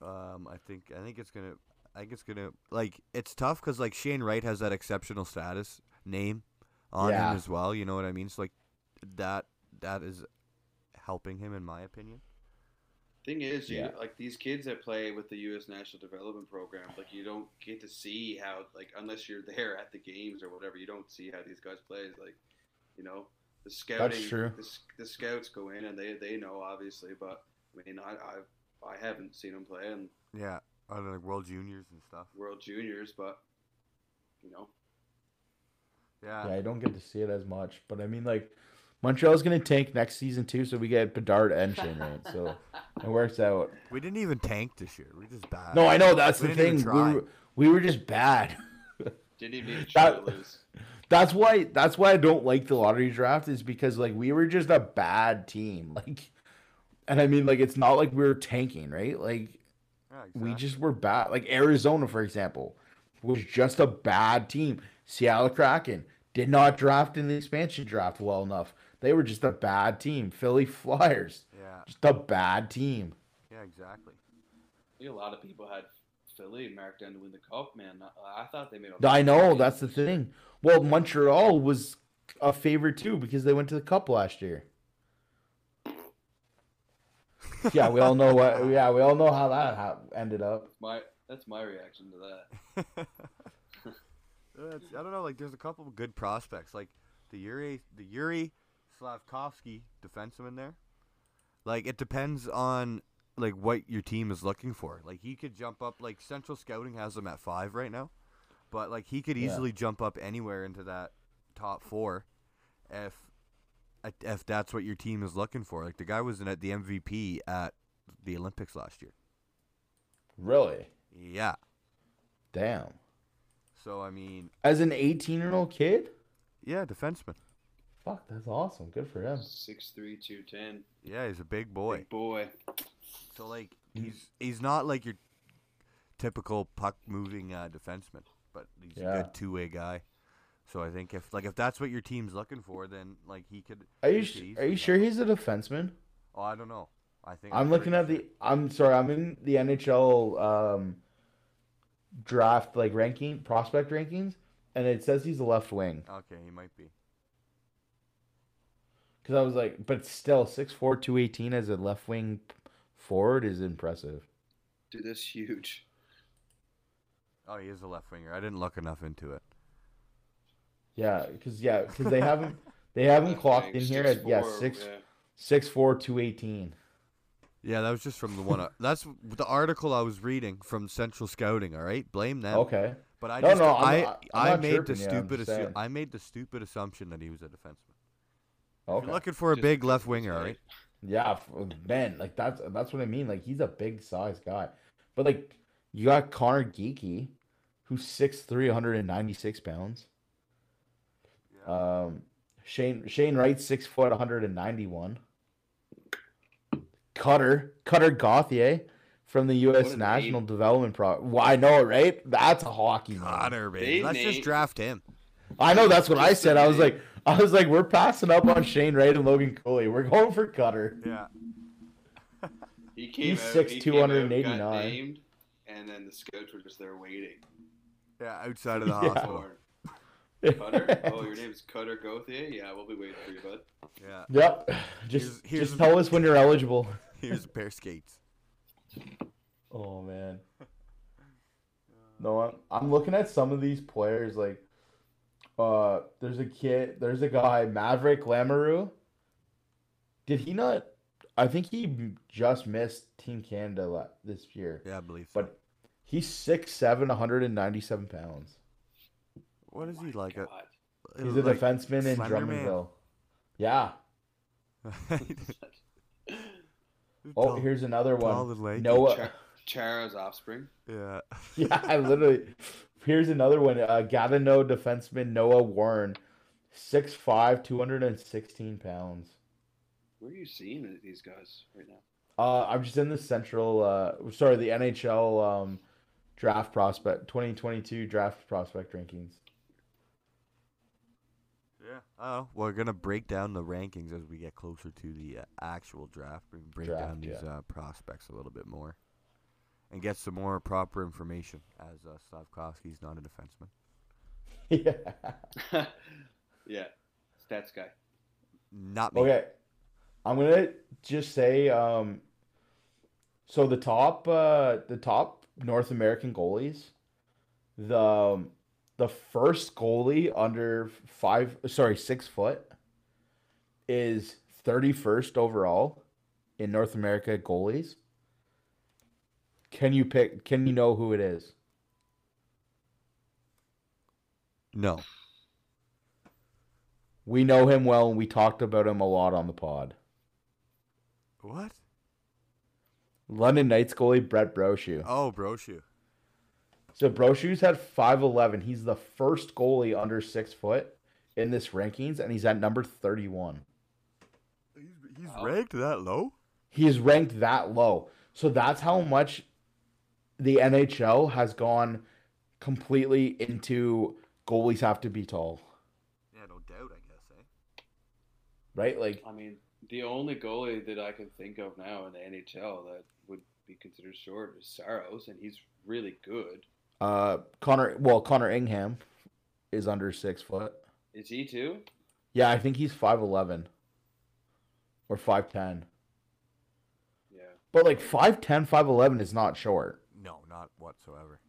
A: um, I think I think it's gonna I think it's gonna like it's tough because like Shane Wright has that exceptional status name on
B: Yeah.
A: him as well. You know what I mean? So like that that is helping him in my opinion.
C: Thing is, you,
B: Yeah.
C: like these kids that play with the U.S. National Development Program, like you don't get to see how, like, unless you're there at the games or whatever, you don't see how these guys play. Like, you know, the scouting,
B: true.
C: The, s- the scouts go in and they they know obviously, but I mean, I I, I haven't seen them play in
A: Yeah, I don't know, like World Juniors and stuff.
C: World Juniors, but you know,
A: Yeah,
B: Yeah, I don't get to see it as much, but I mean, like, Montreal's gonna tank next season too, so we get Bedard and Shane Wright, so it works out.
A: we didn't even tank this year. We just bad.
B: No, I know that's
A: Uh, We
B: the
A: didn't even
B: thing. We
A: try.
B: were, we were just bad.
C: didn't even need to try to
B: That-
C: lose.
B: That's why. That's why I don't like the lottery draft is because like we were just a bad team. Like, and I mean, like, it's not like we were tanking, right? Like,
A: Yeah, exactly.
B: we just were bad. Like Arizona, for example, was just a bad team. Seattle Kraken did not draft in the expansion draft well enough. They were just a bad team. Philly Flyers,
A: yeah,
B: just a bad team.
A: yeah, exactly.
C: I think a lot of people had Philly marked down to win the cup, man. I, I thought they made. a
B: I know that's the thing. Well, Montreal was a favorite too because they went to the Cup last year. yeah, we all know what. Yeah, we all know how that ha- ended up.
C: my that's my reaction to that.
A: That's- I don't know. Like, there's a couple of good prospects, like the Yuri, the Yuri Slavkovsky defenseman there. Like, it depends on like what your team is looking for. Like, he could jump up. Like, Central Scouting has him at five right now, but like he could
B: Yeah.
A: easily jump up anywhere into that top four, if if that's what your team is looking for. Like, the guy was in at the MVP at the Olympics last year.
B: Really?
A: Yeah.
B: Damn.
A: So I mean,
B: As an 18-year-old kid?
A: yeah, defenseman.
B: Fuck, that's awesome. Good for him.
C: Six three two ten.
A: Yeah, he's a big boy.
C: Big boy.
A: So like
B: Mm.
A: he's he's not like your typical puck moving uh, defenseman, but he's a
B: Yeah.
A: good two way guy. So I think if like if that's what your team's looking for, then like he could.
B: Are you
A: he
B: sh-
A: could
B: are you
A: easily-
B: sure he's a defenseman?
A: Oh, I don't know. I think
B: I'm
A: pretty
B: looking at
A: sure.
B: the I'm sorry, I'm in the NHL um draft like ranking prospect rankings and it says he's a left wing
A: Okay, he might be.
B: cuz I was like but still 6'4 218 as a left wing forward is impressive.
C: Dude, that's huge.
A: Oh, he is a left winger. I didn't look enough into it.
B: Yeah, cuz yeah, cuz they haven't they haven't clocked in here at yeah, 6
C: yeah.
B: 6'4 218.
A: Yeah, that was just from the one. I- that's the article I was reading from Central Scouting. All right, blame them.
B: Okay.
A: But I
B: No,
A: just
B: no, I'm
A: I
B: not- I'm
A: I
B: not
A: made the
B: chirping you, I'm
A: stupid
B: just
A: assu-
B: saying.
A: I made the stupid assumption that he was a defenseman. If
B: Okay.
A: You're looking for a
C: Just-
A: big left winger, all right?
B: Yeah, f- man, like that's that's what I mean. Like he's a big size guy, but like you got Connor Geeky, who's 6'3", 196 pounds. Um, Shane Shane Wright, six foot, one hundred and ninety one. Cutter Cutter Gauthier from the
C: What
B: U.S.
C: a
B: National Development Pro. Well, I know, right? That's a hockey name.
A: Connor, baby.
C: They
A: Let's just
C: made-
A: draft him.
B: I know that's what I
C: Just a
B: said. I was
C: name.
B: like, I was like, we're passing up on Shane Wright and Logan Cooley. We're going for Cutter.
A: Yeah.
C: He came
B: He's
C: out-
B: 6',
C: he came out,
B: 289.
C: got named, And then the scouts were just there waiting.
A: Yeah, outside of the
B: Yeah.
A: hospital.
C: for Cutter? oh, your name's Cutter Gauthier? Yeah, we'll be waiting for you, bud.
A: Yeah.
B: Yep. Just
A: Here's- here's
B: just
A: a-
B: tell us when you're eligible.
A: Here's a pair of skates.
B: Oh man. No, I'm, I'm looking at some of these players like uh there's a kid there's a guy Maverick Lamoureux. Did he not I think he m- just missed Team Canada la- this year.
A: Yeah, I believe so.
B: But he's 6'7", 197 pounds.
A: what is he
C: My
A: like? uh, A,
C: God.
B: He's a
A: like-
B: defenseman in
A: Slender Man.
B: Drummondville. Yeah. Oh,
A: Tall-
B: here's another
A: tall
B: one.
A: and lanky.
B: Noah
C: Char- Chara's offspring.
A: Yeah.
B: yeah, I literally. Here's another one. Uh, Gatineau defenseman Noah Warren, 6'5", 216 pounds.
C: Where are you seeing these guys right now?
B: Uh, I'm just in the central. Uh, sorry, the NHL um, draft prospect 2022 draft prospect rankings.
A: Yeah. Oh, we're gonna break down the rankings as we get closer to the uh, actual draft. We can break
B: Draft,
A: down these
B: yeah.
A: uh, prospects a little bit more, and get some more proper information, as uh, Slavkovsky's not a defenseman.
B: yeah.
C: yeah, stats guy.
A: Not me.
B: Okay. I'm gonna just say um so the top uh the top North American goalies, the um, the first goalie under five sorry, six foot is thirty first overall in North America goalies. Can you pick can you know who it is?
A: No.
B: We know him well and we talked about him a lot on the pod.
A: What?
B: London Knights goalie Brett Brochu.
A: Oh, Brochu.
B: So Brochu's had five eleven. He's the first goalie under six foot in this rankings, and he's at number thirty one.
A: He's, he's ranked that low?
B: He is ranked that low. So that's how much the NHL has gone completely into goalies have to be tall,
A: Yeah, no doubt, I guess, eh?
B: right? Like
C: I mean, the only goalie that I can think of now in the NHL that would be considered short is Saros, and he's really good.
B: uh Connor. Well, Connor Ingham is under six foot.
C: Is he too?
B: Yeah, I think he's five eleven or five ten.
C: Yeah.
B: But like 5'10", 5'11 is not short.
A: No, not whatsoever.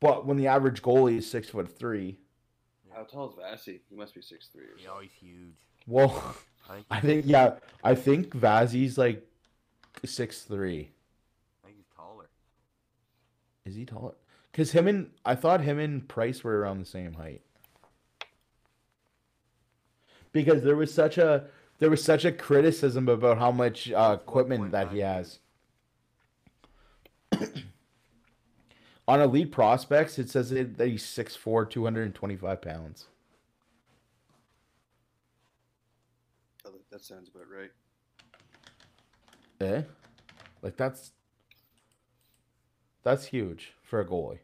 B: But when the average goalie is six foot three,
C: How tall is Vasi? He must be six three or
A: You
C: something.
A: know, he's huge.
B: well,
A: I think,
B: I think yeah, I think Vazzy's like six three.
A: I think he's taller.
B: Is he taller? Because him and I thought him and Price were around the same height. Because there was such a there was such a criticism about how much uh, equipment that he
A: 1.9.
B: has. On elite prospects, it says it, that he's 6'4", 225 pounds.
C: That- That sounds about right.
B: Eh? Like that's that's huge for a goalie.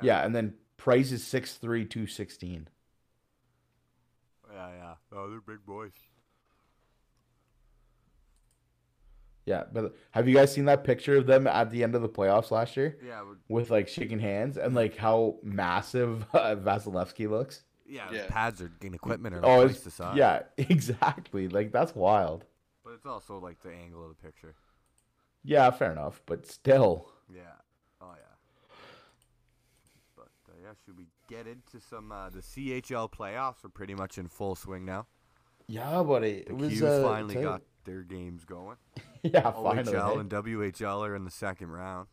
B: Yeah, and then Price is 6'3", 216.
A: Yeah, yeah. Oh, they're big boys.
B: Yeah, but have you guys seen that picture of them at the end of the playoffs last year
A: Yeah, we're-
B: with like shaking hands and like how massive uh, Vasilevsky looks?
A: yeah,
C: Yeah.
A: pads are and equipment are like
B: Oh,
A: twice
B: it's-
A: the size.
B: yeah, exactly. Like that's wild.
A: But it's also like the angle of the picture.
B: Yeah, fair enough, but still.
A: Yeah. Oh yeah. But uh, yeah, should we get into some uh, the CHL playoffs? are pretty much in full swing now.
B: Yeah, buddy.
A: The
B: it was
A: Qs
B: uh,
A: finally
B: tight.
A: got their games going.
B: yeah, finally.
A: OHL
B: eh?
A: and WHL are in the second round.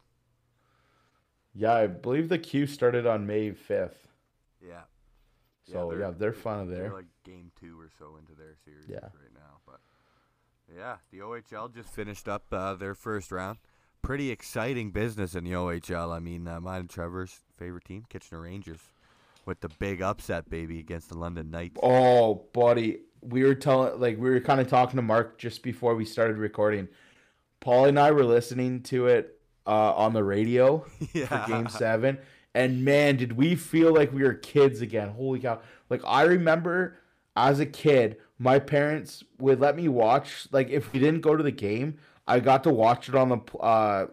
B: Yeah, I believe the queue started on May fifth.
A: Yeah. Yeah,
B: So
A: they're-
B: yeah, they're finally there.
A: They're like game two or so into their series
B: Yeah.
A: right now. But yeah, the OHL just finished up uh, their first round. Pretty exciting business in the OHL. I mean, uh, mine and Trevor's favorite team, Kitchener Rangers, with the big upset baby against the London Knights.
B: Oh, buddy, we were telling, like, we were kind of talking to Mark just before we started recording. Paul and I were listening to it uh, on the radio for
A: Yeah.
B: Game Seven, and man, did we feel like we were kids again! Holy cow! Like I remember as a kid, my parents would let me watch. Like if we didn't go to the game, I got to watch it on the pl- uh,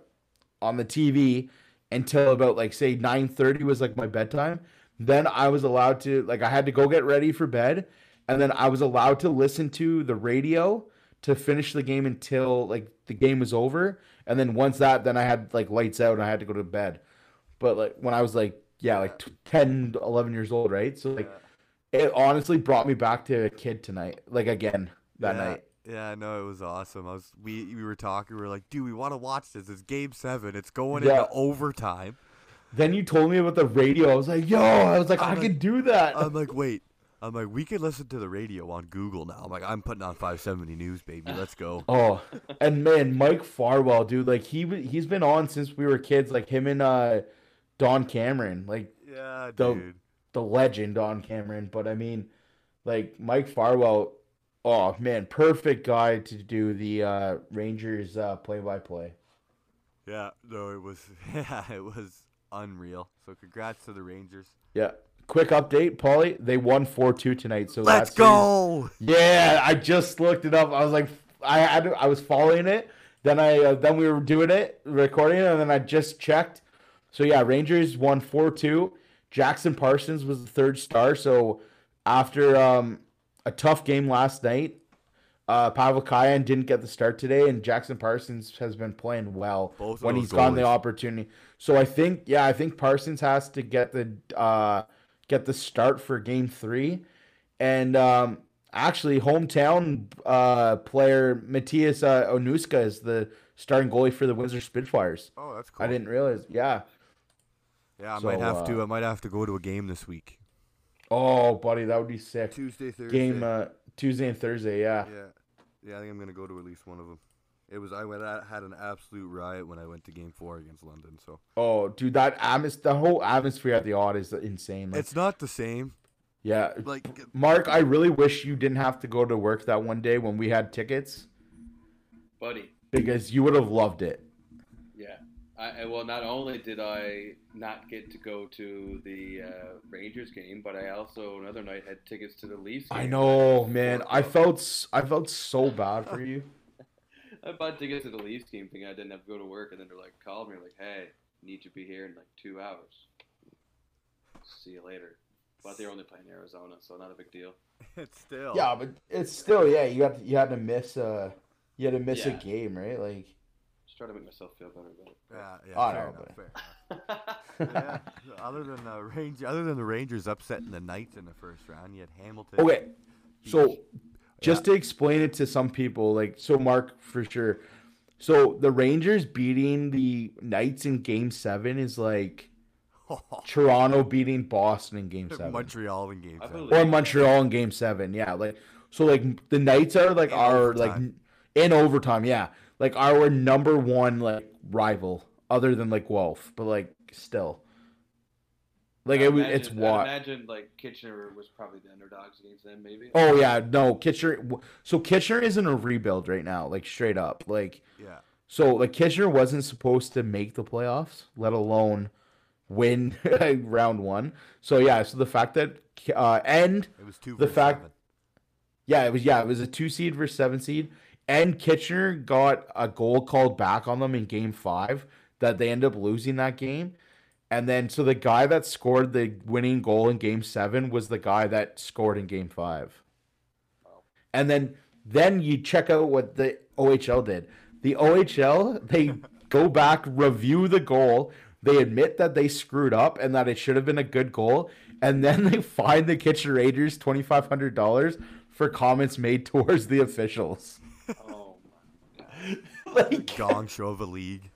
B: on the TV until about like say 9:30 was like my bedtime. Then I was allowed to like I had to go get ready for bed and then I was allowed to listen to the radio to finish the game until like the game was over and then once that then I had like lights out and I had to go to bed. But like when I was like yeah, like t- 10 11 years old, right? So like it honestly brought me back to a kid tonight, like again that
A: yeah.
B: night.
A: Yeah, I know it was awesome. I was we we were talking. We were like, dude, we want to watch this. It's game seven. It's going
B: Yeah.
A: into overtime.
B: Then you told me about the radio. I was like, "Yo!" I was like, "I
A: I'm
B: can do that."
A: I'm like, wait. I'm like, we can listen to the radio on Google now. I'm like, I'm putting on 570 News, baby. Let's go.
B: Oh, and man, Mike Farwell, dude, like he w- he's been on since we were kids. Like him and uh, Don Cameron, like
A: Yeah,
B: The-
A: dude.
B: the legend Don Cameron. But I mean, like Mike Farwell, oh man, perfect guy to do the uh, Rangers uh, play-by-play.
A: Yeah, no, it was yeah, it was unreal. So congrats to the Rangers.
B: Yeah. Quick update, Paulie. They won four two tonight. So
A: Let's
B: that series-
A: go.
B: Yeah, I just looked it up. I was like, I had, I was following it. Then I uh, then we were doing it, recording it, and then I just checked. So yeah, Rangers won four two. Jackson Parsons was the third star. So after um, a tough game last night, uh, Pavel Kayan didn't get the start today, and Jackson Parsons has been playing well
A: Both of
B: when
A: those
B: he's gotten the
A: goalies.
B: opportunity. So I think, yeah, I think Parsons has to get the uh, get the start for Game Three, and um, actually, hometown uh, player Matthias uh, Onuska is the starting goalie for the Windsor Spitfires.
A: Oh, that's cool.
B: I didn't realize. Yeah.
A: Yeah, I might
B: So,
A: have to.
B: uh,
A: I might have to go to a game this week.
B: Oh, buddy, that would be sick.
A: Tuesday, Thursday.
B: Game uh, Tuesday and Thursday. Yeah.
A: Yeah, yeah. I think I'm gonna go to at least one of them. It was I went I had an absolute riot when I went to Game Four against London. So
B: Oh, dude, that atmos- the whole atmosphere at the odd is insane. Like,
A: it's not the same.
B: yeah.
A: Like
B: Mark, I really wish you didn't have to go to work that one day when we had tickets
C: buddy.
B: because you would have loved it.
C: Yeah. I, and well, not only did I not get to go to the uh, Rangers game, but I also another night had tickets to the Leafs.
B: I
C: game.
B: know, man. I felt s- I felt so bad for you.
C: I bought tickets to the Leafs game thinking I didn't have to go to work, and then they're like, called me, like, hey, need you to be here in like two hours. See you later. But they're only playing Arizona, so not a big deal.
A: it's still.
B: Yeah, but it's still yeah. You got you had to miss a you had to miss
C: Yeah.
B: a game, right? Like
C: Just trying to make myself feel better about
A: Yeah, yeah.
B: I
A: fair
B: know,
A: enough,
B: but-
A: fair
C: it.
A: enough. Yeah, Other than the range, other than the Rangers upsetting the Knights in the first round, you had Hamilton.
B: okay. So
A: Beach.
B: just to explain it to some people, like so Mark for sure. So the Rangers beating the Knights in game seven is like Toronto beating Boston in game seven.
A: Oh, Montreal in Game
C: I
A: Seven.
C: believe-
B: or Montreal in Game Seven. Yeah, like so, like the Knights are like
A: In
B: our like
A: overtime.
B: in overtime. Yeah, like our number one like rival other than like Wolf, but like still, like it was
C: Imagine-
B: it's
C: I'd
B: what.
C: imagine like Kitchener was probably the underdogs against them, maybe.
B: Oh yeah, no Kitchener. So Kitchener is in a rebuild right now, like straight up, like
A: Yeah,
B: so like Kitchener wasn't supposed to make the playoffs, let alone win round one. So yeah, so the fact that uh and
A: it was two.
B: The
A: versus
B: fact-
A: seven.
B: Yeah, it was yeah, it was a two seed versus seven seed. And Kitchener got a goal called back on them in game five that they end up losing that game. And then so the guy that scored the winning goal in game seven was the guy that scored in game five. And then then you check out what the OHL did. The OHL, they go back, review the goal, they admit that they screwed up and that it should have been a good goal, and then they fine the Kitchen Raiders twenty five hundred dollars for comments made towards the officials.
C: Oh my god.
A: The
B: like
A: Gong show of a league.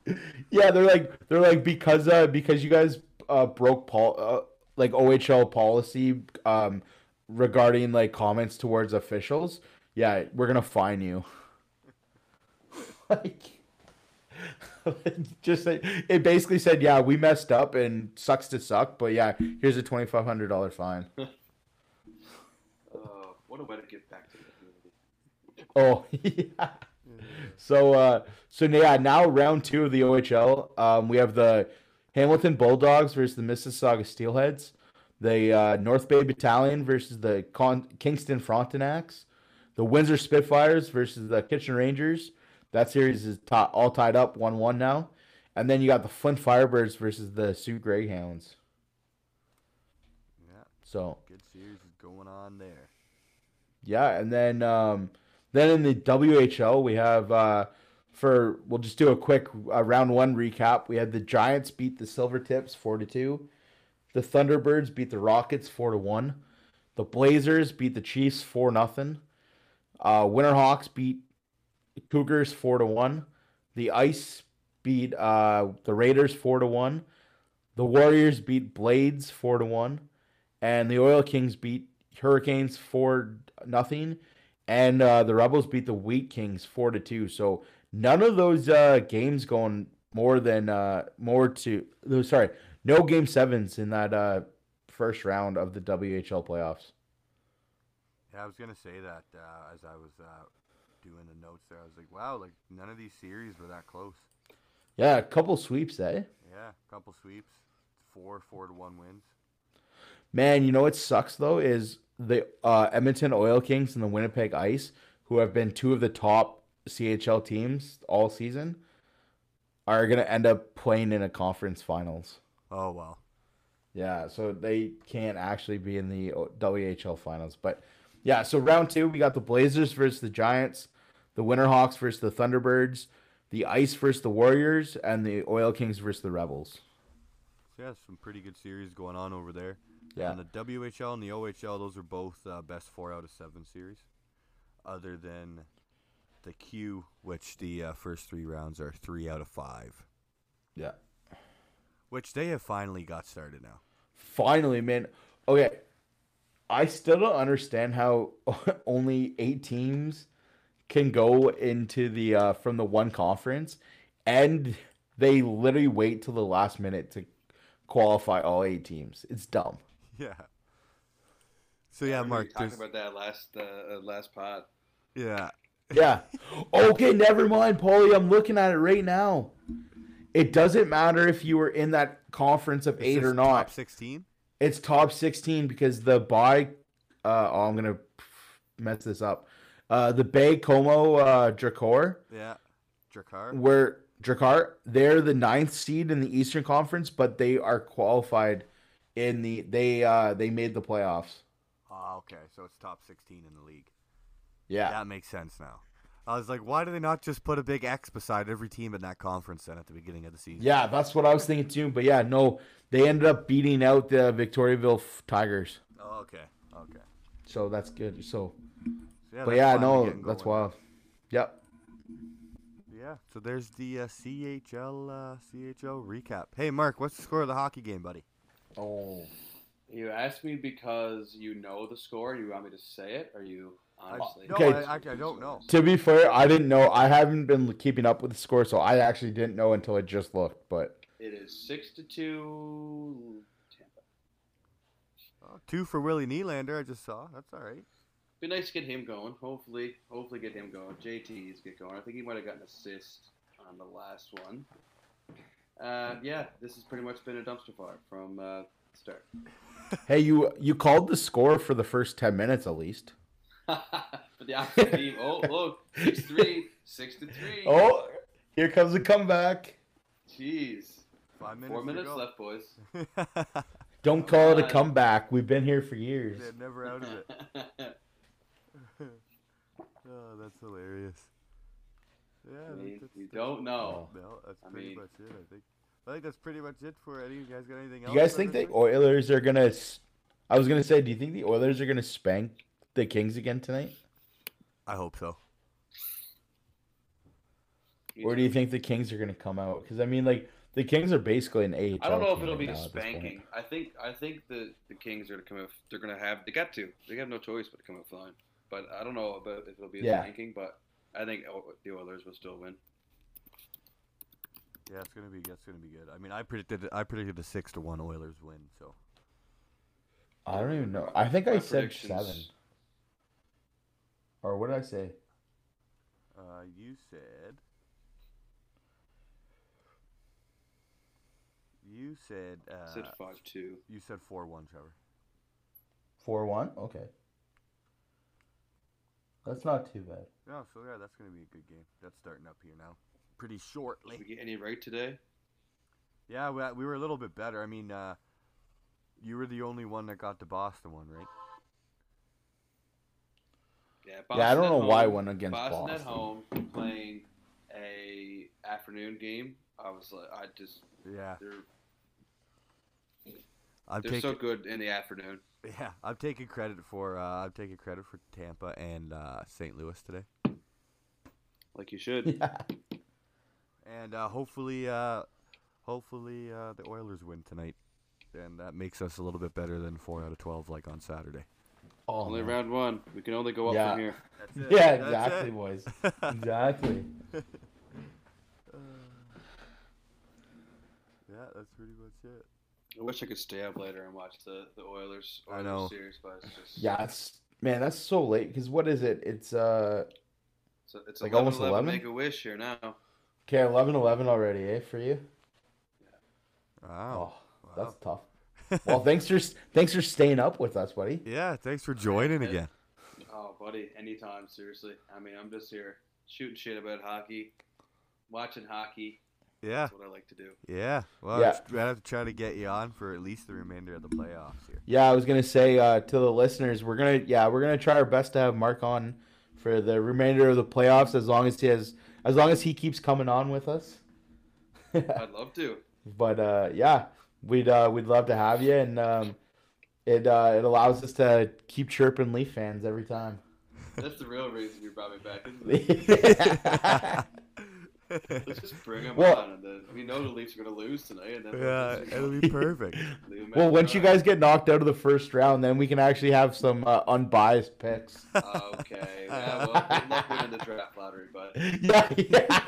B: yeah, they're like they're like because uh because you guys uh broke pol uh, like OHL policy um regarding like comments towards officials. Yeah, we're gonna fine you. like just like, it basically said, yeah, we messed up and sucks to suck, but yeah, here's a twenty five hundred dollar fine.
C: Uh, what a way to give back to the community.
B: Oh yeah. So uh so yeah, now round two of the OHL. Um we have the Hamilton Bulldogs versus the Mississauga Steelheads, the uh, North Bay Battalion versus the Con- Kingston Frontenacs, the Windsor Spitfires versus the Kitchen Rangers. That series is ti- all tied up 1 1 now. And then you got the Flint Firebirds versus the Sioux Greyhounds.
A: Yeah,
B: So,
A: good series is going on there.
B: Yeah, and then um, then in the WHL we have uh, for we'll just do a quick uh, round one recap. We had the Giants beat the Silvertips four to two, the Thunderbirds beat the Rockets four to one, the Blazers beat the Chiefs four nothing, uh, Winterhawks beat Cougars four to one, the Ice beat uh, the Raiders four to one, the Warriors beat Blades four to one and the Oil Kings beat Hurricanes four nothing, and uh, the Rebels beat the Wheat Kings four to two. So none of those uh, games going more than uh, more to no, sorry, no game sevens in that uh, first round of the WHL playoffs.
A: Yeah, I was gonna say that uh, as I was uh, doing the notes there. I was like, wow, like none of these series were that close.
B: Yeah, a couple sweeps, eh?
A: Yeah, a couple sweeps, four four to one wins.
B: Man, you know what sucks though is the uh, Edmonton Oil Kings and the Winnipeg Ice, who have been two of the top CHL teams all season are going to end up playing in a conference finals.
A: Oh wow.
B: Yeah, so they can't actually be in the WHL finals. But yeah, so round two, we got the Blazers versus the Giants, the Winterhawks versus the Thunderbirds, the Ice versus the Warriors, and the Oil Kings versus the Rebels.
A: So yeah, some pretty good series going on over there.
B: Yeah.
A: And the WHL and the OHL, those are both uh, best four out of seven series, other than the Q, which the uh, first three rounds are three out of five,
B: Yeah.
A: which they have finally got started now.
B: Finally, man. Okay. I still don't understand how only eight teams can go into the uh, from the one conference, and they literally wait till the last minute to qualify all eight teams. It's dumb.
A: Yeah. So yeah,
C: We
A: Mark.
C: talked
A: there's-
C: about that last uh, uh, last pod.
A: yeah.
B: Yeah. Okay, never mind, Paulie. I'm looking at it right now. It doesn't matter if you were in that conference of
A: It's
B: eight or
A: just
B: not.
A: Top sixteen.
B: It's top 16 because the Bay, uh, oh, I'm going to mess this up. Uh, the Bay Como uh, Dracor,
A: Yeah. Drakkar.
B: where Dracar, they're the ninth seed in the Eastern Conference, but they are qualified in the, they, uh, they made the playoffs.
A: Oh, okay. So it's top sixteen in the league.
B: Yeah.
A: That makes sense now. I was like, why do they not just put a big X beside every team in that conference then at the beginning of the season?
B: Yeah, that's what I was thinking too. But yeah, no, they ended up beating out the Victoriaville F- Tigers.
A: Oh, okay. Okay.
B: So that's good. So,
A: So, yeah,
B: but
A: that's
B: yeah,
A: finally
B: no,
A: getting
B: that's
A: going.
B: wild. Yep.
A: Yeah. So there's the uh, CHL uh, CHL recap. Hey, Mark, what's the score of the hockey game, buddy?
B: Oh.
C: You asked me because you know the score. You want me to say it? Or you honestly?
A: no,
B: Okay.
A: I- actually, I don't know.
B: To be fair, I didn't know. I haven't been keeping up with the score, so I actually didn't know until I just looked. But
C: It is six to two. Tampa.
A: Oh, two for Willie Nylander. I just saw. That's all right.
C: Be nice to get him going. Hopefully, hopefully get him going. JT's get going. I think he might have gotten assist on the last one. Uh, yeah, this has pretty much been a dumpster fire from uh, start.
B: hey, you you called the score for the first ten minutes at least.
C: but the Aqua team, oh look, six three, six to three.
B: Oh, here comes the comeback.
C: jeez,
A: Five minutes.
C: four
A: to
C: minutes
A: go.
C: left, boys.
B: Don't call it a
C: Uh,
B: comeback. We've been here for years.
A: They're never out of it. Oh, that's hilarious. Yeah.
C: I
A: that-
C: mean,
A: that's-
C: you
A: that's-
C: don't know.
A: No, that's
C: I
A: pretty
C: mean-
A: much it. I think. I think that's pretty much it for any. You guys got anything
B: Do
A: else?
B: you guys
A: for
B: think
A: this
B: the
A: week?
B: Oilers are gonna? s- I was gonna say, do you think the Oilers are gonna spank the Kings again tonight,
A: I hope so.
B: or do you think the Kings are gonna come out? Because I mean, like the Kings are basically an AHL.
C: I don't know if
B: team
C: it'll
B: right
C: be
B: now
C: a
B: at this point.
C: spanking. I think I think the, the Kings are gonna come out. They're gonna have. They got to. They have no choice but to come out flying. But I don't know about if it'll be a
B: Yeah.
C: spanking. But I think O- the Oilers will still win.
A: Yeah, it's gonna be. That's gonna be good. I mean, I predicted. I predicted a six to one Oilers win. So
B: I don't even know. I think I
C: My
B: said
C: predictions-
B: seven. Or what did I say?
A: uh, you said. You said.
C: I
A: Uh,
C: said five two.
A: you said four one, Trevor.
B: Four one? Okay. That's not too bad.
A: No, so yeah, that's gonna be a good game. That's starting up here now, pretty shortly.
C: Did we get any right today?
A: Yeah, we, we were a little bit better. I mean, uh, you were the only one that got the Boston one, right?
C: Yeah.
B: yeah, I
C: Boston
B: don't
C: at
B: know why I
C: home.
B: went against
C: Boston,
B: Boston.
C: at home playing a afternoon game. I was like, I just
A: Yeah,
C: they're
A: I'm
C: they're
A: taking
C: so good in the afternoon.
A: yeah I'm taking credit for uh, I'm taking credit for Tampa and uh, St. Louis today,
C: Like you should.
B: Yeah.
A: and uh, hopefully uh, hopefully uh, the Oilers win tonight, and that makes us a little bit better than four out of twelve like on Saturday.
B: Oh,
C: only
B: man.
C: round one. We can only go up
B: Yeah.
C: from here.
A: That's Uh, it.
B: yeah, exactly, boys. Exactly.
A: yeah, that's pretty much it.
C: I wish I could stay up later and watch the, the Oilers,
A: I
C: Oilers
A: know.
C: series, but it's just
B: Yeah, it's man, that's so late. Because what is it? It's uh
C: it's, it's
B: Like
C: 11,
B: almost
C: 11,
B: 11?
C: Make a wish here now.
B: okay, 11 11 already, eh? For you?
A: Wow.
B: oh that's tough. well, thanks for thanks for staying up with us, buddy.
A: Yeah, thanks for joining
C: Yeah.
A: again.
C: Oh, buddy, anytime, seriously. I mean, I'm just here shooting shit about hockey, watching hockey.
A: Yeah.
C: That's what I like to do.
A: Yeah. Well,
B: Yeah.
A: I'd have to try to get you on for at least the remainder of the playoffs here.
B: Yeah, I was gonna say uh, to the listeners, we're gonna yeah, we're gonna try our best to have Mark on for the remainder of the playoffs as long as he has as long as he keeps coming on with us.
C: I'd love to.
B: but uh, yeah, we'd uh, we'd love to have you, and um, it uh, it allows us to keep chirping Leaf fans every time.
C: That's the real reason you brought me back. Isn't it?
B: yeah,
C: Let's just bring them
B: Well-
C: on, and then we know the Leafs are gonna lose tonight, and then we'll
A: yeah,
C: just
A: it'll be perfect.
C: leave 'em
B: well,
C: at
B: once you
C: that.
B: guys get knocked out of the first round, then we can actually have some uh, unbiased picks.
C: Okay. Yeah, well, good luck winning the draft lottery, but
B: yeah, yeah.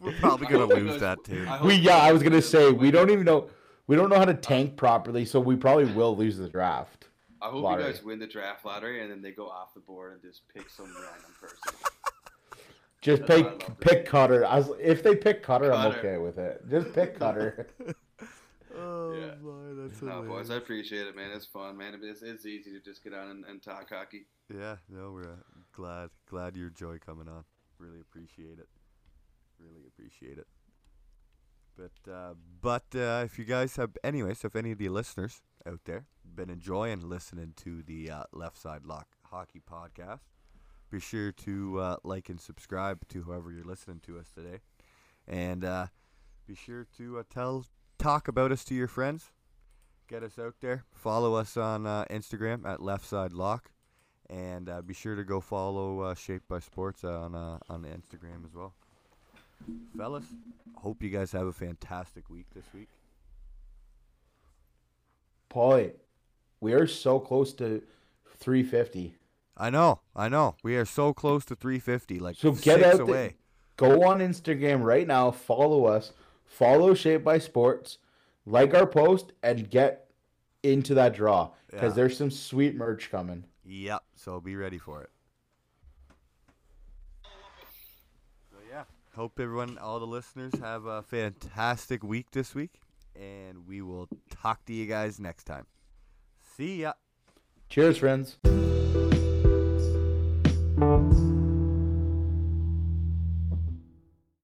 A: We're probably
C: I
A: gonna
C: hope it goes-
A: lose that too.
C: I hope
B: we
C: it
B: yeah, I
C: goes
B: was gonna
C: really
B: say we
C: well.
B: don't even know we don't know how to tank properly, so we probably will lose the draft.
C: I hope
B: lottery.
C: you guys win the draft lottery, and then they go off the board and just pick some random person.
B: Just
C: That's why I love
B: pick pick Cutter. I was, if they pick Cutter, I'm
C: Cutter.
B: okay with it. Just pick Cutter.
A: oh
C: Yeah.
A: my, that's
C: No, boys,
A: hilarious.
C: I appreciate it, man. It's fun, man. It's, it's easy to just get on and, and talk hockey.
A: Yeah, no, we're uh, glad glad you enjoy coming on. Really appreciate it. Really appreciate it. But uh, but uh, if you guys have, anyways, if any of the listeners out there been enjoying listening to the uh, Left Side Lock Hockey Podcast, be sure to uh, like and subscribe to whoever you're listening to us today, and uh, be sure to uh, tell talk about us to your friends. Get us out there. Follow us on uh, Instagram at Left Side Lock and uh, be sure to go follow uh, Shaped by Sports on uh, on Instagram as well. Fellas, hope you guys have a fantastic week this week.
B: Paulie, we are so close to 350.
A: I know, I know, we are so close to 350. Like
B: So get
A: six
B: out
A: away.
B: there. Go on Instagram right now. Follow us. Follow Shape by Sports. Like our post and get into that draw because
A: Yeah.
B: there's some sweet merch coming.
A: Yep. So be ready for it. So yeah. Hope everyone, all the listeners, have a fantastic week this week, and we will talk to you guys next time. See ya.
B: Cheers, friends.